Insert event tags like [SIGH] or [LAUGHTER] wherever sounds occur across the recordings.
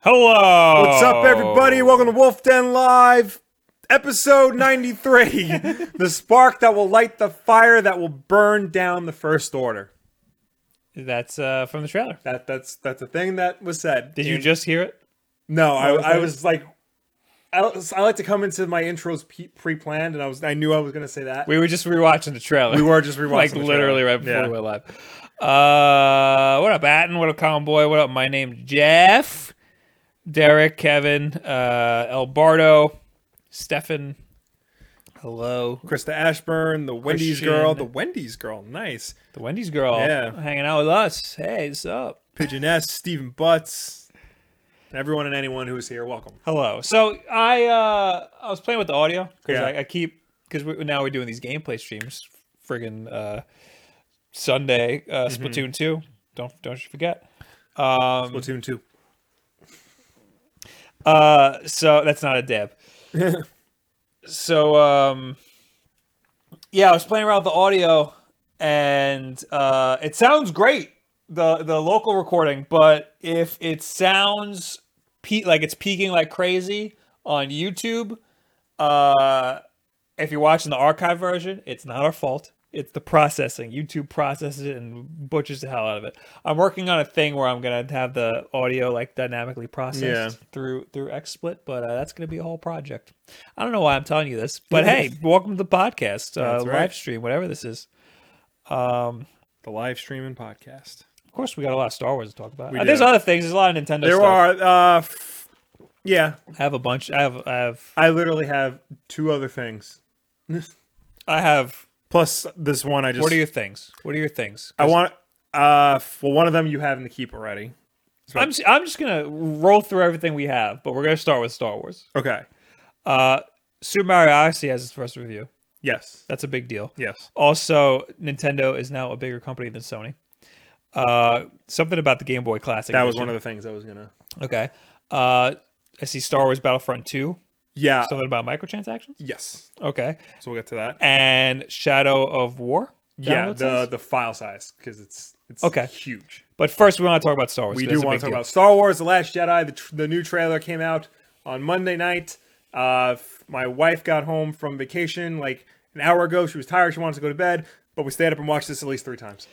Hello. What's up, everybody? Welcome to Wolf Den Live, [LAUGHS] episode 93 The spark that will light the fire that will burn down the First Order. That's uh, from the trailer. That That's that's a thing that was said. Did you just hear it? No, I, was I that? was like, I, was- I like to come into my intros pre planned, and I was I knew I was going to say that. We, We were just rewatching the trailer. [LAUGHS] were just rewatching. like the trailer. literally right before Yeah. we went live. Uh, what up, Batten? What up, Conboy? What up? My name's Jeff, Derek, Kevin, uh, Elbardo, Stefan. Hello, Krista Ashburn, the Wendy's Christian. girl, the Wendy's girl, nice. the Wendy's girl. Yeah. hanging out with us. Hey, what's up? Pigeon S, Stephen Butts, everyone and anyone who is here, welcome. Hello. So I uh, I was playing with the audio because Yeah. I, I keep because we, now we're doing these gameplay streams. Friggin' uh, Sunday, uh, Splatoon two. Don't don't you forget. Um, Platoon 2. Uh, so that's not a dab. so um, yeah, I was playing around with the audio, and uh, it sounds great the the local recording, but if it sounds pe- like it's peaking like crazy on YouTube, uh, if you're watching the archive version, it's not our fault. It's the processing. YouTube processes it and butchers the hell out of it. I'm working on a thing where I'm gonna have the audio like dynamically processed Yeah. through through XSplit, but uh, that's gonna be a whole project. I don't know why I'm telling you this, but [LAUGHS] hey, welcome to the podcast, uh, That's right. live stream, whatever this is. The live streaming podcast. Of course, we got a lot of Star Wars to talk about. We Uh, there's do. other things. There's a lot of Nintendo. There stuff. are. Uh, f- yeah, I have a bunch. I have. I have. I literally have two other things I have. plus this one. I just. What are your things? What are your things? I want. Uh, f- well, one of them you have in the keep already. I'm. s- I'm just gonna roll through everything we have, but we're gonna start with Star Wars. Okay. Uh, Super Mario Odyssey has its first review. Yes. That's a big deal. Yes. Also, Nintendo is now a bigger company than Sony. Uh, something about the Game Boy Classic. That was one of the things I was gonna. the- okay. Uh, I see Star Wars Battlefront Two. Yeah. Something about microtransactions. yes. Okay. So we'll get to that. And Shadow of War. yeah. download The size? the file size because it's it's Okay. huge. But first, we want to talk about Star Wars. We That's do a want big to talk deal. about Star Wars: The Last Jedi. The, tr- the new trailer came out on Monday night. Uh, f- my wife got home from vacation like an hour ago. She was tired. She wanted to go to bed, but we stayed up and watched this at least [LAUGHS] three times.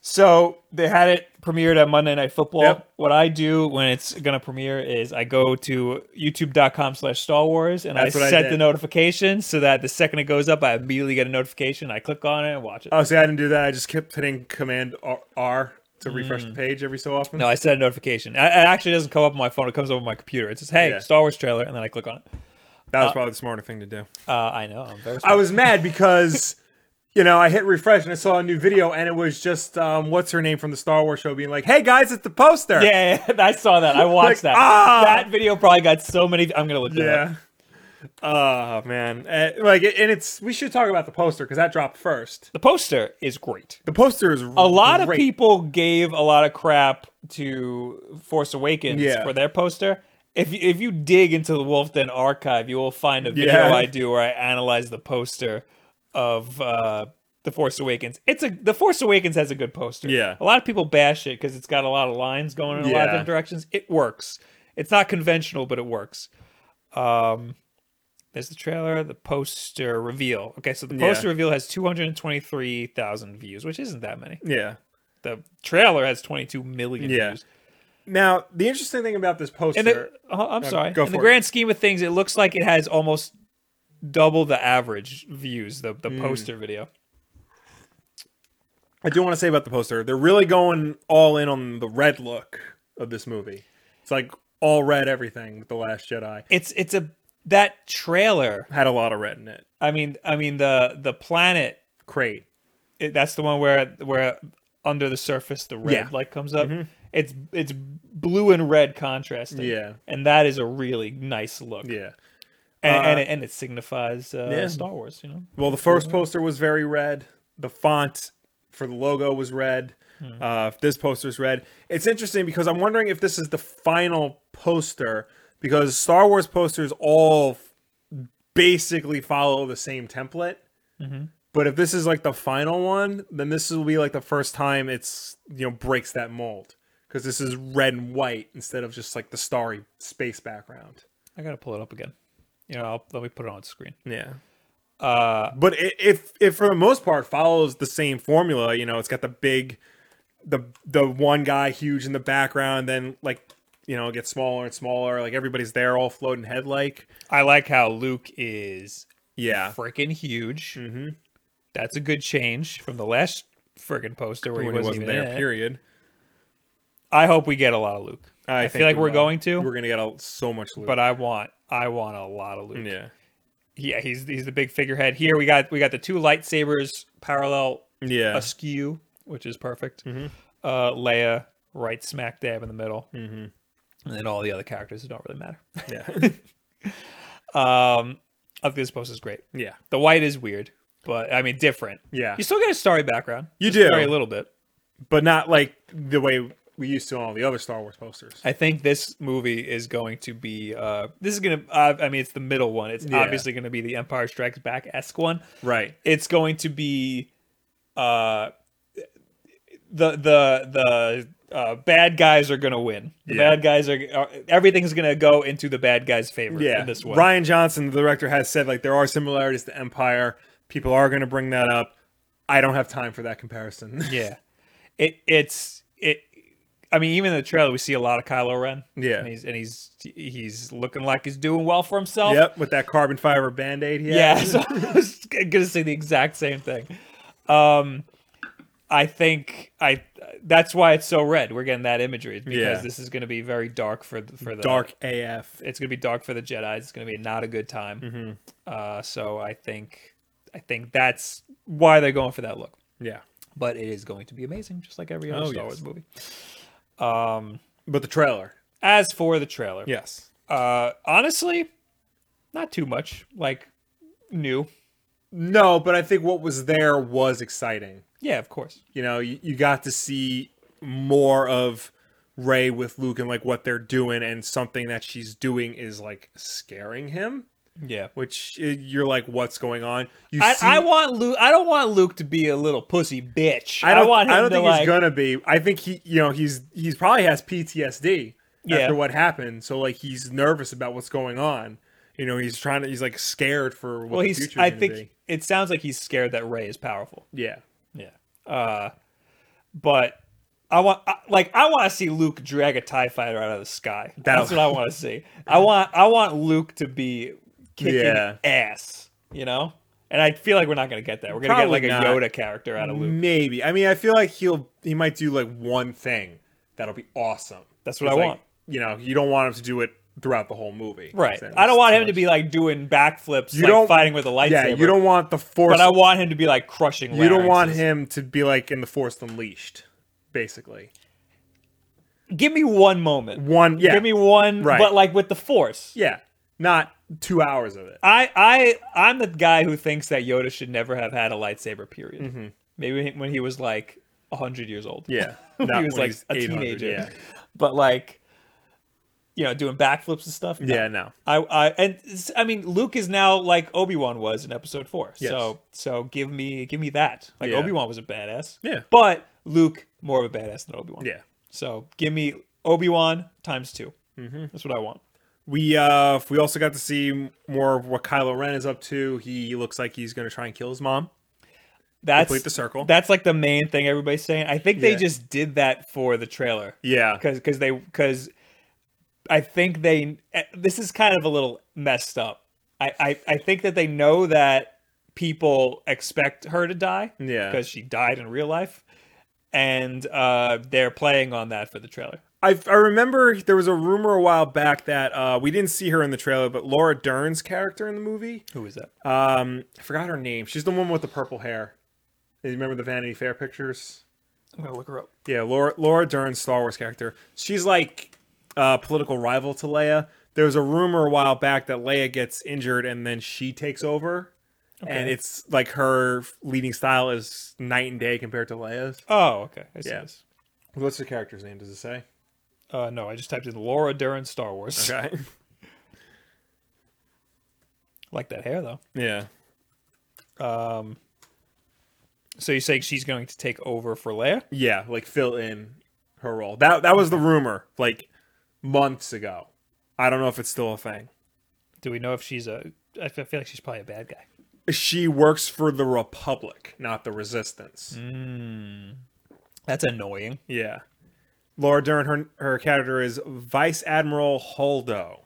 So they had it premiered at Monday Night Football. Yep. What I do when it's gonna premiere is I go to youtube.com slash Star Wars and That's I what I set did. the notification so that the second it goes up, I immediately get a notification. I click on it and watch it. Oh, see, I didn't do that. I just kept hitting Command R, R to refresh the page every so often. Mm. no, I set a notification. It it actually doesn't come up on my phone. It comes up on my computer. It says, "Hey, Yeah. Star Wars trailer," and then I click on it. That was probably the smarter thing to do. Uh, I know. I'm very. I was mad because, [LAUGHS] you know, I hit refresh and I saw a new video, and it was just um, what's her name from the Star Wars show being like, "Hey guys, it's the poster." yeah, yeah, [LAUGHS] I saw that. I watched that. ah! That video probably got so many. I'm gonna look. that up. Yeah. Oh man, Eh, like, and it's we should talk about the poster because that dropped first. The poster is great. The poster is a lot of great. people gave a lot of crap to Force Awakens Yeah. for their poster. If you, if you dig into the Wolf Den archive, you will find a video Yeah. I do where I analyze the poster of uh, the Force Awakens. It's a the Force Awakens has a good poster. Yeah. a lot of people bash it because it's got a lot of lines going in a lot of Yeah. different directions. It works. It's not conventional, but it works. Um, there's the trailer, the poster reveal. Okay, so the Yeah. poster reveal has 223,000 views, which isn't that many Yeah. the trailer has 22 million Yeah. views. Now, the interesting thing about this poster, And the, uh, I'm sorry. go In the for it. grand scheme of things, it looks like it has almost double the average views. The Hmm. the poster video. I do want to say about the poster, they're really going all in on the red look of this movie. It's like all red everything with The Last Jedi. It's it's a that trailer. Had a lot of red in it. I mean I mean the the planet. Crate. It, that's the one where where under the surface the red Yeah. Mm-hmm. light comes up. It's it's blue and red contrasting. Yeah. and that is a really nice look. Yeah. and and, Uh, it, and it signifies uh, Yeah. Star Wars. You know. Well, the first poster was very red. The font for the logo was red. Uh, this poster's red. It's interesting because I'm wondering if this is the final poster because Star Wars posters all basically follow the same template. But if this is like the final one, then this will be like the first time it's you know breaks that mold because this is red and white instead of just like the starry space background. I gotta pull it up again. You know, I'll, let me put it on the screen. Yeah. Uh, But it, if if for the most part follows the same formula, you know, it's got the big, the the one guy huge in the background, then like you know it gets smaller and smaller. Like everybody's there, all floating head like. I like how Luke is Yeah, freaking huge. Mm-hmm. That's a good change from the last freaking poster where he when wasn't, even in it. Period. I hope we get a lot of Luke. I, I, feel like we're going to, We're gonna get a, so much loot. but I want I want a lot of Luke. yeah, yeah, he's he's the big figurehead. Here we got we got the two lightsabers parallel yeah, Mm-hmm. askew, which is perfect. Uh, Leia right smack dab in the middle, mm-hmm. and then all the other characters that don't really matter. [LAUGHS] yeah, Um, I think this post is great. yeah. The white is weird, but I mean different. Yeah. you still get a starry background. You Just do. vary a little bit. But not like the way we used to on all the other Star Wars posters. I think this movie is going to be. Uh, this is gonna. Uh, I mean, it's the middle one. It's Yeah. obviously going to be the Empire Strikes Back esque one. Right. it's going to be uh the the the uh, bad guys are gonna win. The Yeah. bad guys are, are everything's gonna go into the bad guys' favor. Yeah. in this one. Ryan Johnson, the director, has said like there are similarities to Empire. People are going to bring that up. I don't have time for that comparison. Yeah, it it's it. I mean, even in the trailer, we see a lot of Kylo Ren. Yeah. and he's and he's he's looking like he's doing well for himself. [LAUGHS] yep, with that carbon fiber band aid. Yeah, so I was gonna say the exact same thing. Um, I think I that's why it's so red. We're getting that imagery because Yeah. this is gonna be very dark for the, for the Dark AF. It's gonna be dark for the Jedi. It's gonna be not a good time. Mm-hmm. Uh, so I think I think that's why they're going for that look. Yeah. But it is going to be amazing, just like every other Oh, Star yes. Wars movie. But the trailer. As for the trailer, Yes. uh, honestly, not too much like new. No, but I think what was there was exciting. Yeah, of course. you know you, you got to see more of ray with luke and like what they're doing and something that she's doing is like scaring him Yeah. which uh, you're like what's going on you I, see- I want Luke. I don't want Luke to be a little pussy bitch. I, don't, want him I don't to think like. he's gonna be i think he you know he's he's probably has ptsd Yeah. after what happened so like he's nervous about what's going on you know he's trying to he's like scared for what well, the he's. future's I gonna think be. it sounds like he's scared that Ray is powerful. yeah Yeah. Uh, but I want I, like I want to see Luke drag a Tie Fighter out of the sky. That's what I want to see. I want I want Luke to be kicking Yeah. ass. You know. And I feel like we're not going to get that. We're going to get Probably like a not. Yoda character out of Luke. maybe i mean i feel like he'll he might do like one thing that'll be awesome That's what I It's like, want. You know, you don't want him to do it throughout the whole movie. Right. That's I don't want too him to much- be like doing backflips, You like don't- fighting with a lightsaber. Yeah, you don't want the force. But I want him to be like crushing. you don't want larynxes. him to be like in the Force Unleashed, basically. Give me one moment. One. Yeah. Give me one, Right. but like with the force. Yeah. Not two [LAUGHS] hours of it. I, I, I'm the guy who thinks that Yoda should never have had a lightsaber. Period. Maybe when he was like hundred years old. Mm-hmm. Yeah. [LAUGHS] When Not he was when like he's a 800, teenager. [LAUGHS] Yeah. But like, you know, doing backflips and stuff. No. Yeah. No. I, I, and s- I mean, Luke is now like Obi Wan was in Episode Four. Yes. So, so give me, give me that. Like Yeah. Obi Wan was a badass. Yeah. But Luke more of a badass than Obi Wan. Yeah. So give me Obi Wan times 2 Mm-hmm. That's what I want. We uh we also got to see more of what Kylo Ren is up to. He looks like he's gonna try and kill his mom. That's Complete the circle. That's like the main thing everybody's saying. I think they Yeah. just did that for the trailer Yeah. because because they because I think they eh, this is kind of a little messed up. I I, I think that they know that people expect her to die. Yeah. because she died in real life, and uh, they're playing on that for the trailer. I, I remember there was a rumor a while back that uh, we didn't see her in the trailer, but Laura Dern's character in the movie, Who is that? um, I forgot her name. She's the one with the purple hair. You remember the Vanity Fair pictures? I'm gonna look her up. Yeah, Laura Laura Dern's Star Wars character. She's like a political rival to Leia. There was a rumor a while back that Leia gets injured and then she takes over, and it's like her leading style is night and day compared to Leia's. Oh, okay. I see Yeah. this. What's the character's name? Does it say? Uh, no, I just typed in Laura Dern Star Wars. Okay. like that hair though. [LAUGHS] yeah. Um, so you're saying she's going to take over for Leia? Yeah, like fill in her role. That that was the rumor like months ago. I don't know if it's still a thing. Do we know if she's a? I feel feel like she's probably a bad guy. She works for the Republic, not the Resistance. That's annoying. Yeah. Laura Dern, her her character is Vice Admiral Holdo.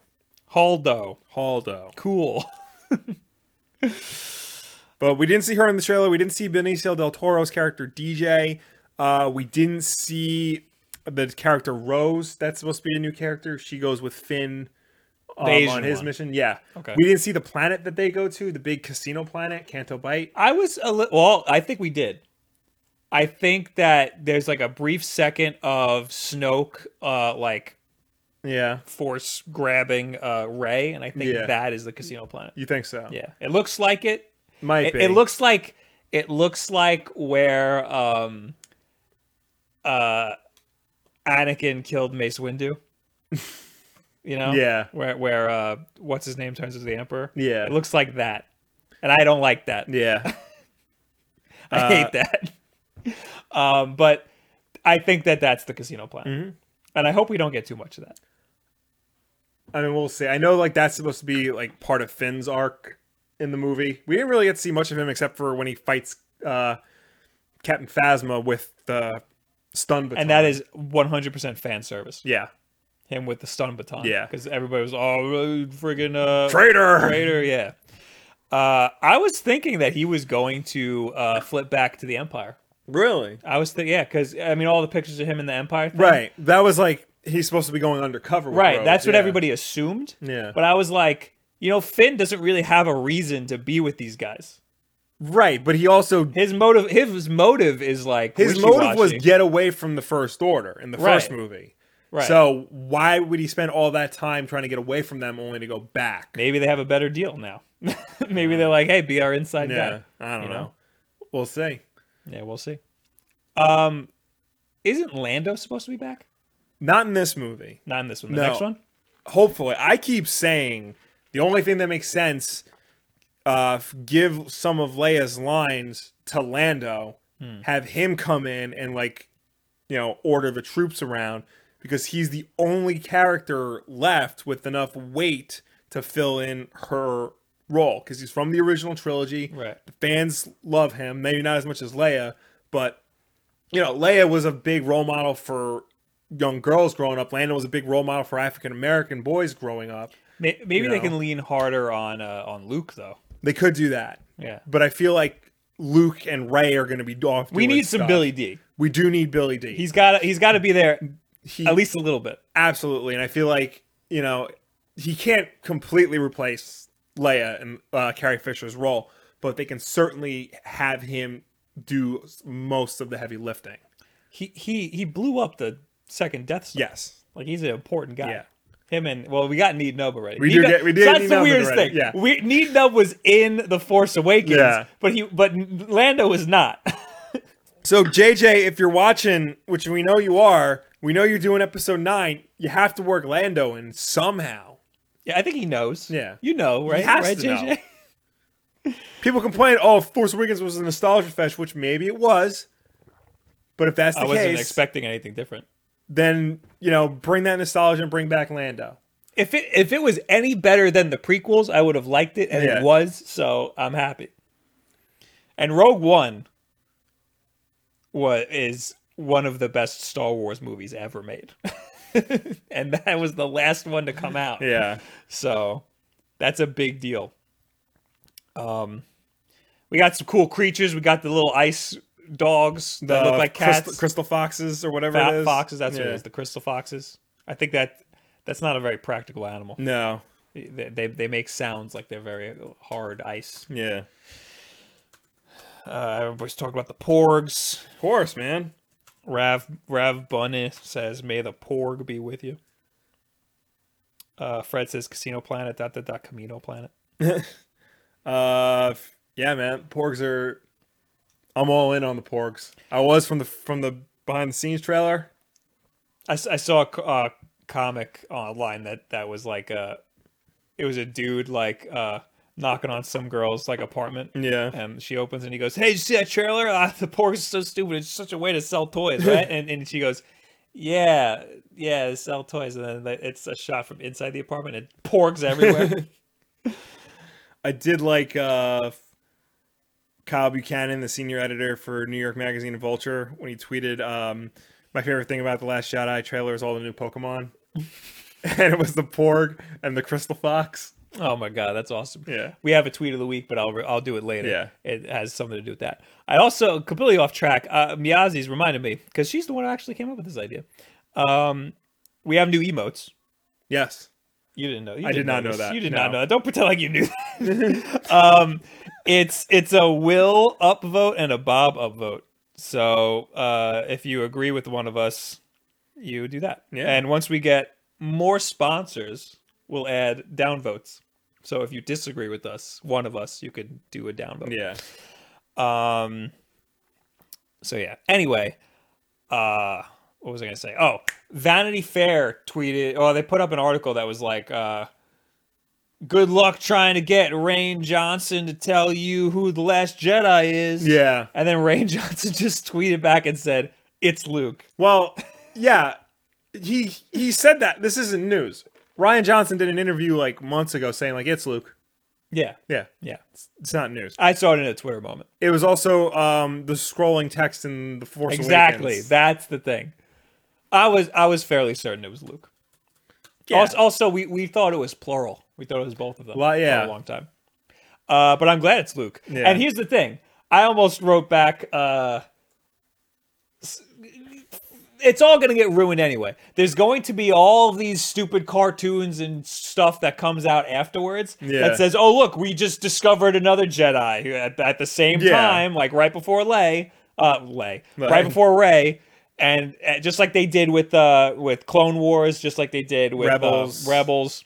Haldo, Haldo. cool. But we didn't see her in the trailer. We didn't see Benicio del Toro's character DJ. Uh, we didn't see the character Rose. That's supposed to be a new character. She goes with Finn um, Asian on his one. mission. Yeah. Okay. We didn't see the planet that they go to, the big casino planet, Canto Bight. I was a little. Well, I think we did. I think that there's like a brief second of Snoke, uh, like Yeah. force grabbing uh Ray, and I think Yeah. that is the casino planet. You think so? Yeah, it looks like it. Might It, be. it looks like it looks like where um uh Anakin killed Mace Windu. you know? Yeah. Where where uh what's his name turns into the emperor? Yeah. It looks like that. And I don't like that. Yeah. I Uh, hate that. [LAUGHS] um but I think that that's the casino planet. Mm-hmm. And I hope we don't get too much of that. I mean, we'll see. I know like that's supposed to be like part of Finn's arc in the movie. We didn't really get to see much of him except for when he fights uh, Captain Phasma with the stun baton. And that is 100% fan service. yeah, him with the stun baton. Yeah. because everybody was oh friggin' uh, traitor. traitor. Yeah, uh, I was thinking that he was going to uh, flip back to the Empire. Really? I was thinking, yeah, because I mean, all the pictures of him in the Empire, thing, Right. That was like he's supposed to be going undercover. With right. Rose, That's what yeah. everybody assumed. Yeah. but I was like, you know, Finn doesn't really have a reason to be with these guys. Right, but he also His motive, his motive is like his motive was wishy-washy. get away from the First Order in the Right. first movie. Right. So why would he spend all that time trying to get away from them only to go back? maybe they have a better deal now. [LAUGHS] maybe they're like, hey, be our inside guy. Yeah, I don't you know. know? We'll see. Yeah, we'll see. Um, isn't Lando supposed to be back? Not in this movie. Not in this one. The No. next one. Hopefully, I keep saying the only thing that makes sense. Uh, f- give some of Leia's lines to Lando. Have him come in and like, you know, order the troops around because he's the only character left with enough weight to fill in her role because he's from the original trilogy. Right. The fans love him. Maybe not as much as Leia, but you know, Leia was a big role model for young girls growing up. Lando was a big role model for African American boys growing up. May- Maybe they No. can lean harder on uh, on Luke though. They could do that, Yeah, but I feel like Luke and Ray are going to be off. we doing need some stuff. Billy D. We do need Billy D. He's got he's got to be there he, at least a little bit. absolutely, and I feel like you know he can't completely replace Leia and uh, Carrie Fisher's role, but they can certainly have him do most of the heavy lifting. He he he blew up the second Death Star. Yes, like he's an important guy. Yeah. Him and well, we got Need Nub already. We Need do Nub- get- we so did that's Need the Nub weirdest already, thing. yeah. We, Need Nub was in the Force Awakens, Yeah. but he but Lando was not. So JJ, if you're watching, which we know you are, we know you're doing episode nine. You have to work Lando in somehow. yeah, I think he knows. Yeah. you know, right? has right, to JJ? know. People complain, "Oh, Force Awakens was a nostalgia fest," which maybe it was. But if that's the I wasn't case, expecting anything different. then you know, bring that nostalgia and bring back Lando. If it if it was any better than the prequels, I would have liked it, and Yeah. it was, so I'm happy. And Rogue One was is one of the best Star Wars movies ever made, [LAUGHS] and that was the last one to come out. Yeah, So that's a big deal. Um, we got some cool creatures. We got the little ice dogs that look like cats, crystal, crystal foxes or whatever fat it is. foxes. That's what Yeah. it is. The crystal foxes. I think that that's not a very practical animal No, they, they they make sounds like they're very hard ice. yeah, Uh, everybody's talking about the porgs. of course, man. Rav Rav Bunny says, "May the porg be with you." Uh, Fred says, "Casino Planet dot dot dot Camino Planet." Uh, f- yeah, man. Porgs are. I'm all in on the porgs. I was from the from the behind the scenes trailer. I, s- I saw a co- uh, comic online that that was like a, it was a dude like uh knocking on some girl's like apartment. Yeah. And she opens [LAUGHS] [LAUGHS] and he goes, "Hey, did you see that trailer? Ah, the porgs are so stupid. It's such a way to sell toys, right?" and and she goes, Yeah, yeah, they sell toys, and then they- it's a shot from inside the apartment. It porgs [LAUGHS] everywhere. I did like uh, Kyle Buchanan, the senior editor for New York Magazine and Vulture, when he tweeted, um, "My favorite thing about the Last Jedi trailer is all the new Pokemon," [LAUGHS] and it was the Porg and the Crystal Fox. oh my god, that's awesome. Yeah. we have a tweet of the week, but I'll re- I'll do it later. Yeah. it has something to do with that. I also completely off track. Uh, Miyazi's reminded me because she's the one who actually came up with this idea. Um, we have new emotes. Yes, You didn't know. You I did didn't not know this. that, You did no. not know that. Don't pretend like you knew. That. [LAUGHS] um, it's it's a will upvote and a Bob upvote. So uh, if you agree with one of us, you do that. Yeah. And once we get more sponsors, we'll add downvotes. So if you disagree with us, one of us, you could do a downvote. yeah, Um. So yeah. Anyway, uh, what was I gonna say? Oh, Vanity Fair tweeted. Oh, they put up an article that was like, uh, "Good luck trying to get Rain Johnson to tell you who the last Jedi is." yeah. And then Rain [LAUGHS] Johnson just tweeted back and said, "It's Luke." Well, yeah, he he said that this isn't news. Ryan Johnson did an interview like months ago saying like it's Luke. Yeah. Yeah, Yeah. it's not news. I saw it in a Twitter moment. It was also um the scrolling text in the Force Exactly. Awakens. That's the thing. I was I was fairly certain it was Luke. Yeah. Also, also we, we thought it was plural. We thought it was both of them Well, yeah. for a long time. Uh, but I'm glad it's Luke. Yeah. And here's the thing. I almost wrote back uh, s- it's all going to get ruined anyway. There's going to be all these stupid cartoons and stuff that comes out afterwards Yeah. that says, "Oh, look, we just discovered another Jedi who at, at the same Yeah. time, like right before Lay, uh, Lay, Right. right before Ray." And uh, just like they did with uh, with Clone Wars, just like they did with Rebels. uh, Rebels,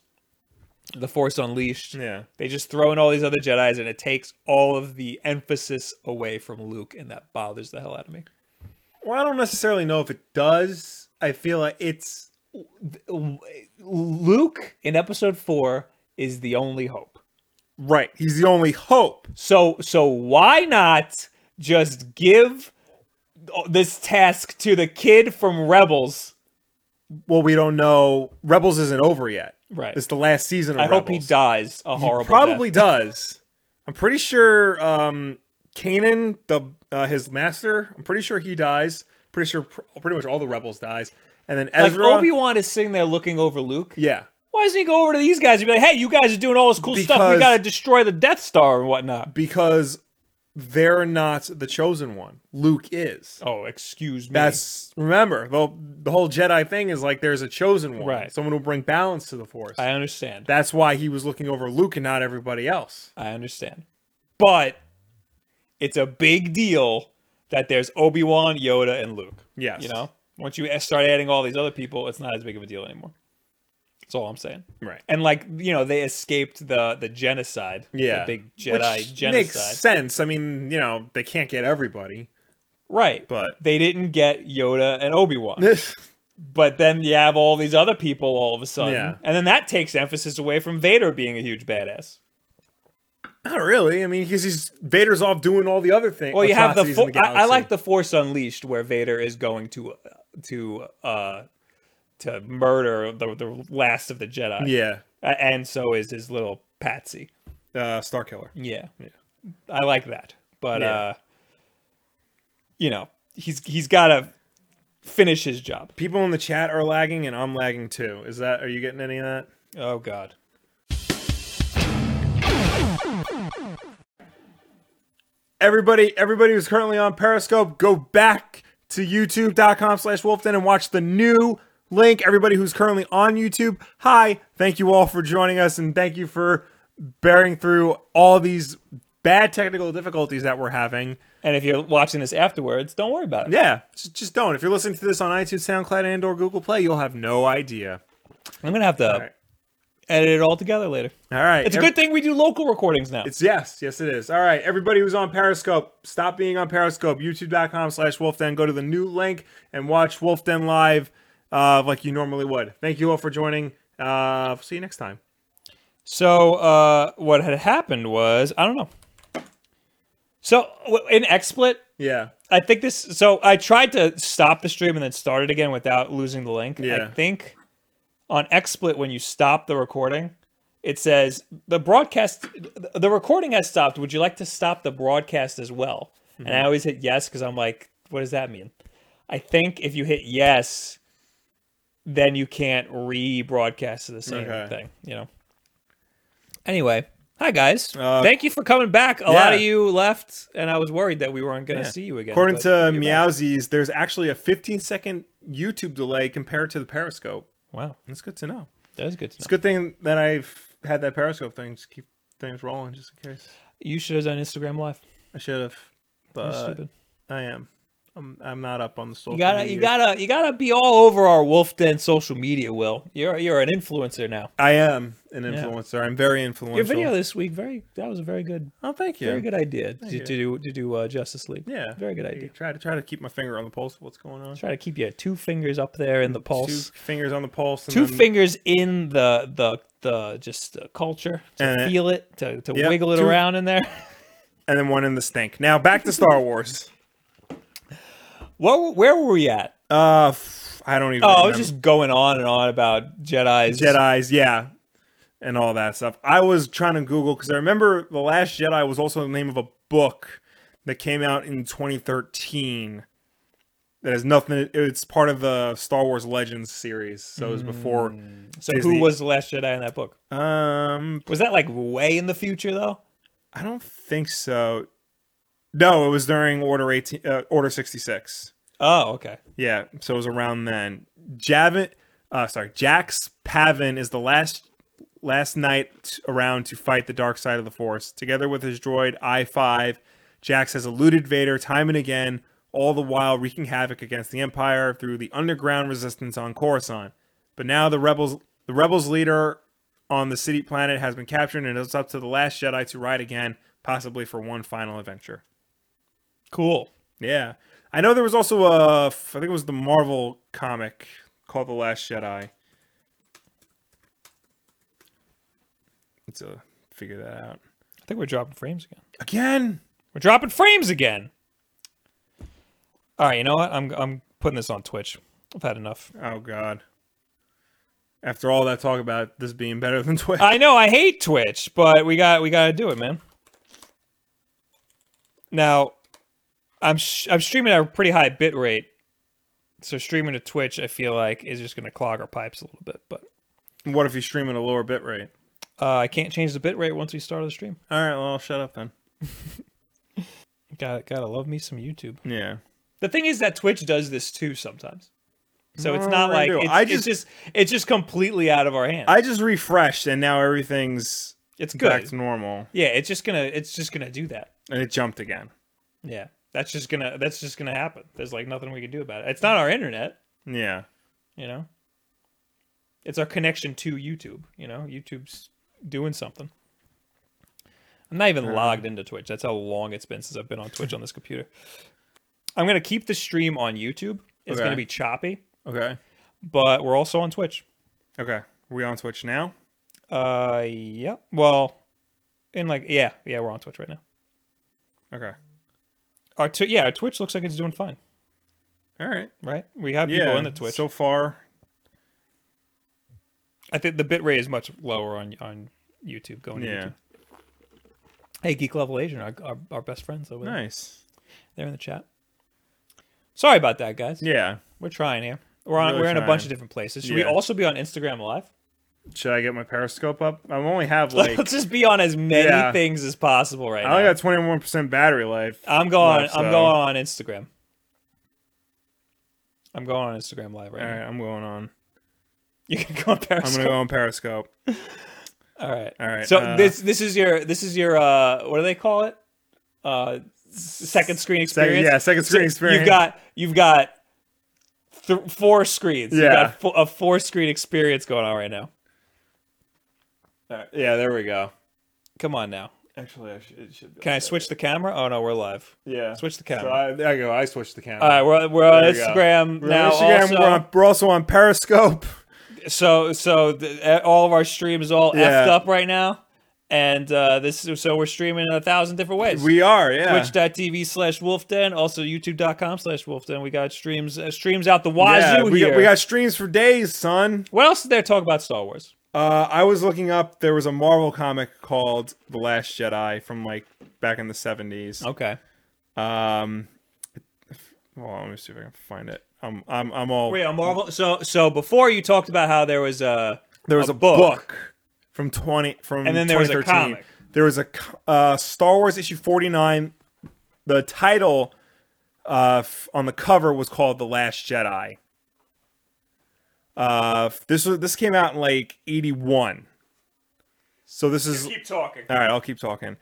The Force Unleashed, Yeah. they just throw in all these other Jedi's, and it takes all of the emphasis away from Luke, and that bothers the hell out of me. Well, I don't necessarily know if it does. I feel like it's Luke in episode four is the only hope. right. He's the only hope. So so why not just give uh, this task to the kid from Rebels? Well, we don't know. Rebels isn't over yet. Right. It's the last season. Of I hope he Rebels. dies a horrible Probably death. does. I'm pretty sure. Um, Kanan, the uh, his master. I'm pretty sure he dies. Pretty sure. Pr- pretty much all the rebels dies. And then Like Ezra. Obi Wan is sitting there looking over Luke. yeah. Why doesn't he go over to these guys and be like, "Hey, you guys are doing all this cool stuff. Because- We got to destroy the Death Star and whatnot." Because they're not the chosen one. Luke is. Oh, excuse me. That's remember the the whole Jedi thing is like there's a chosen one, Right. someone who will bring balance to the Force. I understand. That's why he was looking over Luke and not everybody else. I understand. But it's a big deal that there's Obi Wan, Yoda, and Luke. Yes. You know, once you start adding all these other people, it's not as big of a deal anymore. That's all I'm saying. Right. And like you know, they escaped the the genocide. Yeah. The big Jedi Which genocide. makes sense. I mean, you know, they can't get everybody, Right. [LAUGHS] but they didn't get Yoda and Obi Wan. but then you have all these other people all of a sudden, Yeah. and then that takes emphasis away from Vader being a huge badass. not really. I mean, because he's Vader's off doing all the other things. Well, you have the. atrocities For- in I, I galaxy. like the Force Unleashed, where Vader is going to to uh to murder the the last of the Jedi. yeah, A- and so is his little patsy. uh, Star Killer. Yeah, I like that, but Yeah. uh, you know, he's he's got to finish his job. People in the chat are lagging, and I'm lagging too. Is that? Are you getting any of that? Oh God. everybody everybody who's currently on periscope go back to youtube.com slash wolfden and watch the new link everybody who's currently on youtube hi thank you all for joining us and thank you for bearing through all these bad technical difficulties that we're having And if you're watching this afterwards, don't worry about it. yeah just, just don't if you're listening to this on itunes soundcloud and or google play you'll have no idea I'm gonna have to right. edit it all together later. all right It's a ev- good thing we do local recordings now. It's yes, yes it is. All right, everybody who's on Periscope, stop being on Periscope. YouTube.com slash Wolfden. Go to the new link and watch Wolfden live uh, like you normally would. Thank you all for joining. Uh, see you next time. So uh, what had happened was I don't know. So w- in XSplit, Yeah. I think this. So I tried to stop the stream and then start it again without losing the link. I Yeah. think on XSplit when you stop the recording, it says the broadcast, the recording has stopped. Would you like to stop the broadcast as well? And Mm-hmm. I always hit yes because I'm like, what does that mean? I think if you hit yes, then you can't rebroadcast to the same Okay. thing. You know. Anyway, hi guys. Uh, Thank you for coming back. A lot yeah. of you left, and I was worried that we weren't going to Yeah. see you again. According but to you're back. Meowsies, there's actually a 15 second YouTube delay compared to the Periscope. Wow, That's good to know. that is good to know. It's a good thing that I've had that Periscope thing. Just keep things rolling, just in case. You should have done Instagram Live. I should have, You're but stupid. I am. I'm, I'm not up on the social. You gotta, media. you gotta, you gotta be all over our Wolf Den social media. Will you're you're an influencer now. I am an influencer. I'm very influential. Your video this week, very that was a very good, Oh, thank you. very good idea to, you. to do to do uh, Justice League. Yeah, very good I idea. Try to try to keep my finger on the pulse. Of what's going on? Try to keep your two fingers up there in the pulse, Two fingers on the pulse. And two, then- fingers in the the the just the culture to And it- feel it, to to Yep, wiggle it two- around in there. [LAUGHS] and then one in the stink. Now back to Star [LAUGHS] Wars. What where were we at? Uh, f- I don't even. Oh, I remember. was just going on and on about Jedi's. Jedi's, yeah, and all that stuff. I was trying to Google because I remember the Last Jedi was also the name of a book that came out in 2013. That has nothing. It's part of the Star Wars Legends series, so it was before. So Disney. who was the last Jedi in that book? Um, Was that like way in the future though? I don't think so. No, it was during Order 18, uh, Order 66. Oh, okay. Yeah, so it was around then. Javin, uh, sorry, Jax Pavin is the last last knight t- around to fight the dark side of the Force. Together with his droid I five, Jax has eluded Vader time and again, all the while wreaking havoc against the Empire through the underground resistance on Coruscant. But now the rebels, the rebels leader on the city planet has been captured, and it's up to the last Jedi to ride again, possibly for one final adventure. Cool. Yeah. I know there was also a, I think it was the Marvel comic called The Last Jedi. Let's uh, figure that out. I think we're dropping frames again. Again? We're dropping frames again. All right, you know what? I'm I'm putting this on Twitch. I've had enough. Oh, God. After all that talk about this being better than [LAUGHS] Twitch. I know I hate Twitch, but we got we got to do it, man. Now, I'm sh- I'm streaming at a pretty high bit rate, so streaming to Twitch, I feel like is just going to clog our pipes a little bit. But what if you stream at a lower bit rate? uh, I can't change the bit rate once we start the stream. All right, well, I'll shut up then. Got gotta love me some YouTube. Yeah. The thing is that Twitch does this too sometimes, so it's not No, they like do. it's, I it's just it's just completely out of our hands. I just refreshed and now everything's it's back good. to normal. Yeah, it's just gonna it's just gonna do that. And it jumped again. Yeah, that's just gonna that's just gonna happen. There's like nothing we can do about it. It's not our internet, Yeah. you know. It's our connection to YouTube. You know, YouTube's doing something. I'm not even logged into Twitch. That's how long it's been since I've been on Twitch on this computer. I'm gonna keep the stream on YouTube. It's Okay. gonna be choppy, Okay. but we're also on Twitch. Okay. we on Twitch now? Uh, yeah. Well, in like yeah, yeah, we're on Twitch right now. Okay. Our tw- yeah, our Twitch looks like it's doing fine, All right. right? We have people Yeah, in the Twitch. So far, I think the bit rate is much lower on on YouTube going to Yeah. YouTube. Hey, Geek Level Asian, our, our, our best friends over there. Nice. They're in the chat. Sorry about that, guys. Yeah. We're trying here. We're on. Really we're in a bunch trying. of different places. Should we Yeah. also be on Instagram Live? [LAUGHS] Should I get my Periscope up? I only have like Let's just be on as many Yeah. things as possible right I only now. got twenty one percent battery life. I'm going. Live, I'm so- going on Instagram. I'm going on Instagram Live right All now. right, I'm going on. [LAUGHS] You can go on I'm Periscope. gonna go [LAUGHS] on Periscope. All right. All right, So uh, this this is your this is your uh what do they call it? Uh s- second screen Second, experience. yeah, second screen experience. You've got you've got th- four screens. You've Yeah. got fo- a four screen experience going on right now. yeah, there we go. Come on now. Actually, I should, it should. Be Can I switch the camera? Oh no, we're live. Yeah, Switch the So camera. I, there you go. I switched the camera. All right, we're we're on There you go. Instagram We're on now. Instagram, also. we're, on, we're also on Periscope. So so the, e, all of our streams all Yeah. effed up right now, And uh, this so we're streaming in a thousand different ways. We are, yeah. Twitch.tv slash wolfden, also youtube.com slash wolfden. We got streams uh, streams out the wazoo yeah, we, here. got, we got streams for days, son. what else is there to talk about Star Wars? Uh, I was looking up. There was a Marvel comic called The Last Jedi from like back in the seventies. Okay. Um, hold on, let me see if I can find it. I'm I'm I'm all Wait, a Oh, Marvel. So so before you talked about how there was a Mm. there was a a, book. book. from 20 from And then there was a 2013. comic. there was a co- uh, star wars issue 49 the title uh, f- on the cover was called the last jedi uh, f- this was this came out in like 81 so this is keep talking. all right, I'll keep talking.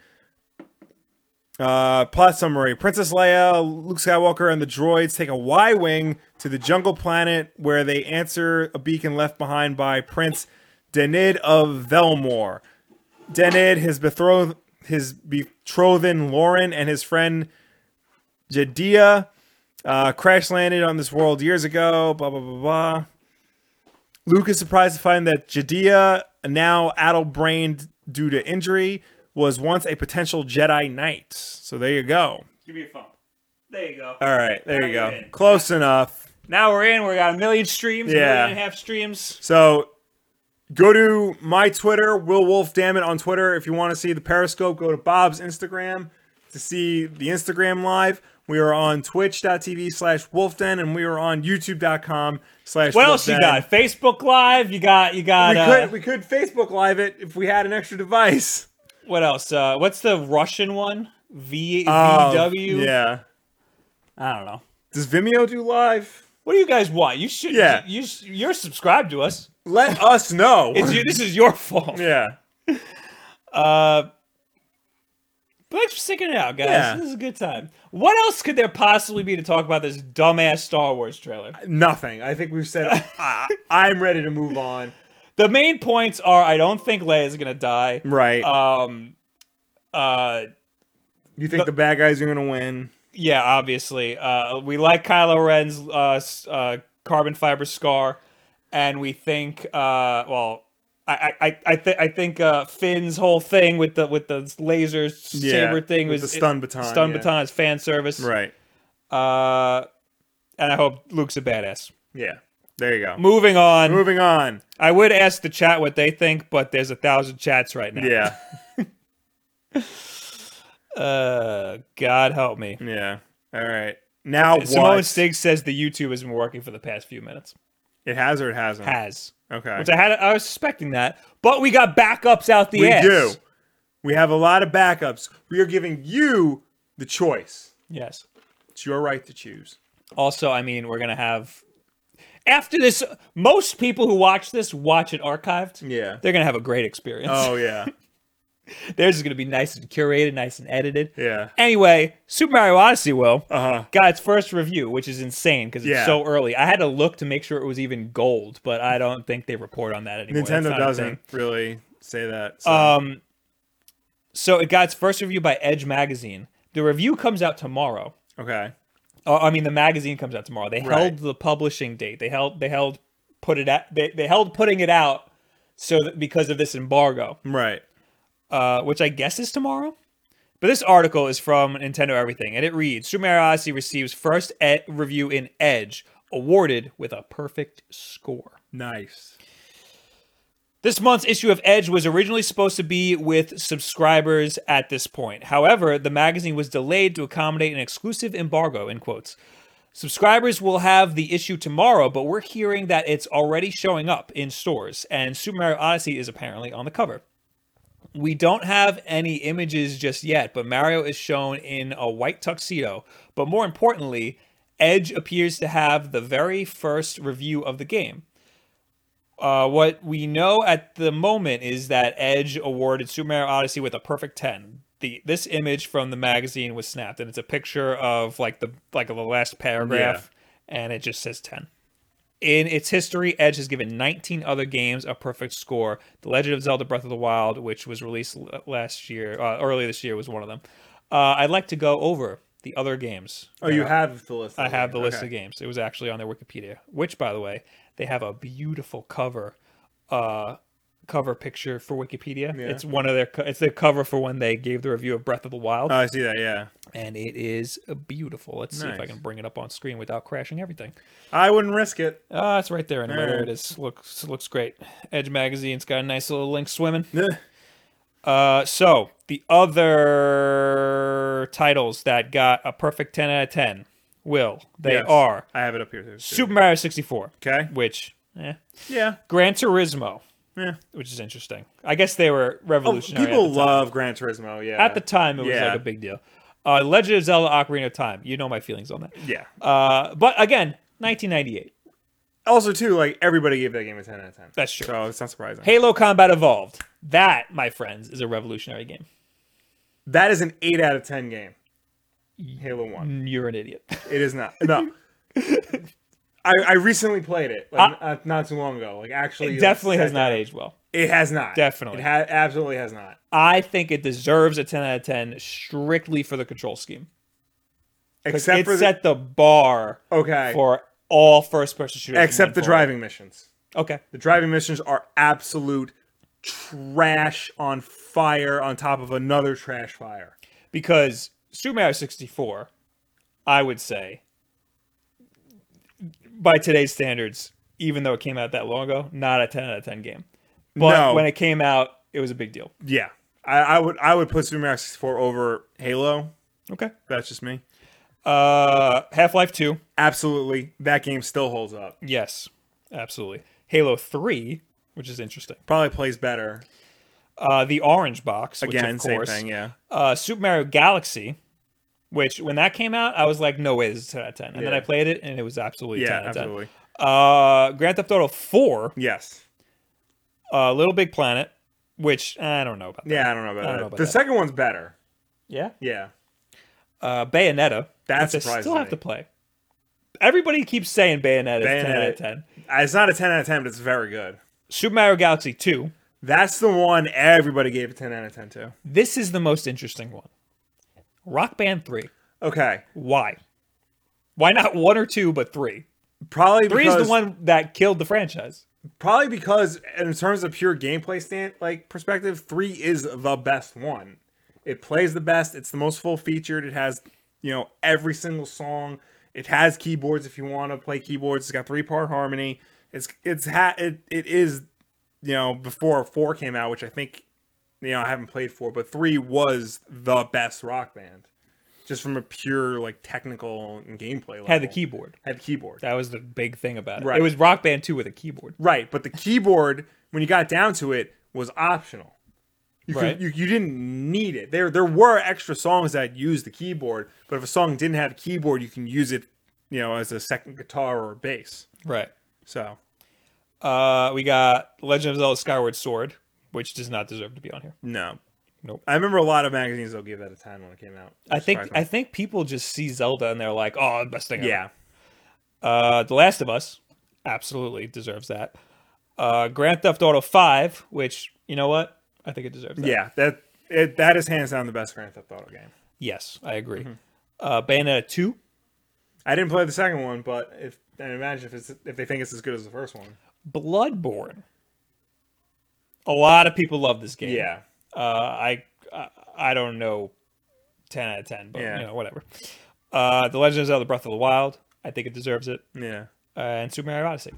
Uh, plot summary: Princess Leia, Luke Skywalker, and the droids take a Y-wing to the jungle planet where they answer a beacon left behind by Prince Denid of Velmore. Denid, his betrothed, his betrothed Lauren, and his friend Jadia uh, crash landed on this world years ago. Blah blah blah blah. Luke is surprised to find that Jadia, now addle-brained due to injury, was once a potential Jedi Knight. So there you go. Give me a phone. There you go. All right, there you Now go. you're in. Close enough. Now we're in. We got a million streams. Yeah. Yeah. Million and a half streams. So go to my Twitter, Will Wolf Damn it on Twitter. If you want to see the Periscope, go to Bob's Instagram to see the Instagram live. We are on twitch.tv slash wolfden and we are on youtube.com slash What else you got? Facebook Live. You got you got. We uh, could we could Facebook live it if we had an extra device. What else? Uh, what's the Russian one? V Oh, VW. Yeah. I don't know. Does Vimeo do live? What do you guys want? You should. Yeah. You sh- you're subscribed to us. Let us know. It's you, this is your fault. [LAUGHS] yeah. Uh, but thanks for sticking it out, guys. Yeah. This is a good time. What else could there possibly be to talk about this dumbass Star Wars trailer? Nothing. I think we've said I, I'm ready to move on. The main points are: I don't think Leia is gonna die. Right. Um, uh, you think the bad guys are going to win? yeah, obviously, uh, we like Kylo Ren's uh, s- uh, carbon fiber scar, and we think, uh, well, I I I- I, th- I think uh, Finn's whole thing with the with the laser saber thing with was the stun baton, Stun yeah. baton is fan service, Right. Uh, and I hope Luke's a badass. Yeah. There you go. Moving on, Moving on. I would ask the chat what they think, but there's a thousand chats right now. Yeah. Uh, God help me. Yeah. All right. Now Simone what? Stig says the YouTube has been working for the past few minutes. it has or it hasn't. Has. Okay. Which I had I was suspecting that. But we got backups out the we ass. do. We have a lot of backups. We are giving you the choice. Yes. It's your right to choose. Also, I mean, we're gonna have after this most people who watch this watch it archived. Yeah. [LAUGHS] They're gonna have a great experience. Oh yeah. [LAUGHS] Theirs is gonna be nice and curated, nice and edited. Yeah. Anyway, Super Mario Odyssey will Uh-huh. got its first review, which is insane because it's Yeah. so early. I had to look to make sure it was even gold, but I don't think they report on that anymore. That's Nintendo not a thing. doesn't really say that. So. Um, so it got its first review by Edge Magazine. The review comes out tomorrow. okay. Uh, I mean, the magazine comes out tomorrow. They Right. held the publishing date. They held they held put it out. They, they held putting it out so that because of this embargo, Right. uh, which I guess is tomorrow. But this article is from Nintendo Everything, and it reads: Super Mario Odyssey receives first e- review in Edge, awarded with a perfect score. Nice. This month's issue of Edge was originally supposed to be with subscribers at this point. However, the magazine was delayed to accommodate an exclusive embargo, in quotes. Subscribers will have the issue tomorrow, but we're hearing that it's already showing up in stores, and Super Mario Odyssey is apparently on the cover. We don't have any images just yet, but Mario is shown in a white tuxedo. But more importantly, Edge appears to have the very first review of the game. Uh, what we know at the moment is that Edge awarded Super Mario Odyssey with a perfect ten. The this image from the magazine was snapped, and it's a picture of like the like the last paragraph, and it just says ten. In its history, Edge has given 19 other games a perfect score. The Legend of Zelda: Breath of the Wild, which was released l- last year, uh, early this year, was one of them. Uh, I'd like to go over the other games. Oh, you have the list. I have the list of games. It was actually on their Wikipedia, which, by the way, they have a beautiful cover uh, cover picture for Wikipedia. Yeah. It's one of their co- it's their cover for when they gave the review of Breath of the Wild, Oh, I see that. Yeah, and it is beautiful. Let's see if I Nice. can bring it up on screen without crashing everything. I wouldn't risk it. Ah, it's right there. Anyway, there Alright. it is. Looks looks great. Edge magazine's got a nice little link swimming. Eh. Uh, so the other titles that got a perfect ten out of ten, will they Yes. are I have it up here too. too. Super Mario sixty four, Okay. which eh. Yeah. Gran Turismo, Yeah. Oh, which is interesting. I guess they were revolutionary. People at the time. love Gran Turismo. Yeah. At the time, it was Yeah. like a big deal. Uh, Legend of Zelda: Ocarina of Time. You know my feelings on that. yeah. Uh, but again, 1998. Also, too, like everybody gave that game a ten out of ten. That's true. So it's not surprising. Halo Combat Evolved. That, my friends, is a revolutionary game. That is an eight out of ten game. Halo One. You're an idiot. [LAUGHS] It is not. No. I, I recently played it, like not, not too long ago. Like actually, Ah. It like, definitely has sat not down. aged well. It has not. Definitely. It ha- absolutely has not. I think it deserves a 10 out of 10 strictly for the control scheme. Except it for the, set the bar okay. for all first person shooters. from except then the forward. driving missions. Okay. The driving missions are absolute trash on fire on top of another trash fire. Because Super Mario 64, I would say, by today's standards, even though it came out that long ago, not a 10 out of 10 game. But No. when it came out, it was a big deal. Yeah, I, I would I would put Super Mario 64 over Halo. Okay. That's just me. Uh, Half Life 2. Absolutely, that game still holds up. Yes, absolutely. Halo 3, which is interesting. Probably plays better. Uh, the Orange Box, which Again, of same course. thing. Yeah, Uh, Super Mario Galaxy, which when that came out, I was like, no way, this is 10 out of 10. And then Yeah. I played it, and it was absolutely yeah, 10 out of 10. absolutely. Uh, Grand Theft Auto 4, Yes. uh, Little Big Planet, which eh, I don't know about that. Yeah, I don't know about don't that. know about the that. second one's better. Yeah. Yeah, Uh, Bayonetta. That which I surprises still have me. to play. Everybody keeps saying Bayonetta, is 10 out Bayonetta- of 10. Uh, it's not a 10 out of 10, but it's very good. Super Mario Galaxy 2. That's the one everybody gave a 10 out of 10 to. This is the most interesting one. Rock Band 3. Okay, Why? Why not one or two, but three? probably Three because, is the one that killed the franchise. Probably because, in terms of pure gameplay stand like perspective, three is the best one. It plays the best. It's the most full featured. It has you know every single song. It has keyboards if you want to play keyboards. It's got three part harmony. It's it's ha- it, it is you know before four came out, which I think you know I haven't played four, but three was the best rock band, just from a pure like technical and gameplay level. Had the keyboard. had the keyboard. That was the big thing about it. Right. It was Rock Band 2 with a keyboard. Right, but the keyboard, when you got down to it, was optional. You, could- Right. you you didn't need it. There there were extra songs that used the keyboard, but if a song didn't have a keyboard, you can use it, you know, as a second guitar or bass. Right. So Uh, we got Legend of Zelda Skyward Sword, which does not deserve to be on here. no, Nope. I remember a lot of magazines will give that a ten when it came out. I think Surprised me. I think people just see Zelda and they're like, oh, best thing yeah, ever. Uh, the Last of Us absolutely deserves that. Uh, Grand Theft Auto 5, which, you know what? I think it deserves that. yeah. That it, that is hands down the best Grand Theft Auto game. Yes, I agree. Mm-hmm. Uh, Bayonetta 2, I didn't play the second one, but if I imagine if it's if they think it's as good as the first one, Bloodborne. A lot of people love this game. yeah, Uh, I I- I don't know, ten out of ten, but Yeah. you know whatever. Uh, the Legend of Zelda: Breath of the Wild. I think it deserves it. yeah. Uh, and Super Mario Odyssey.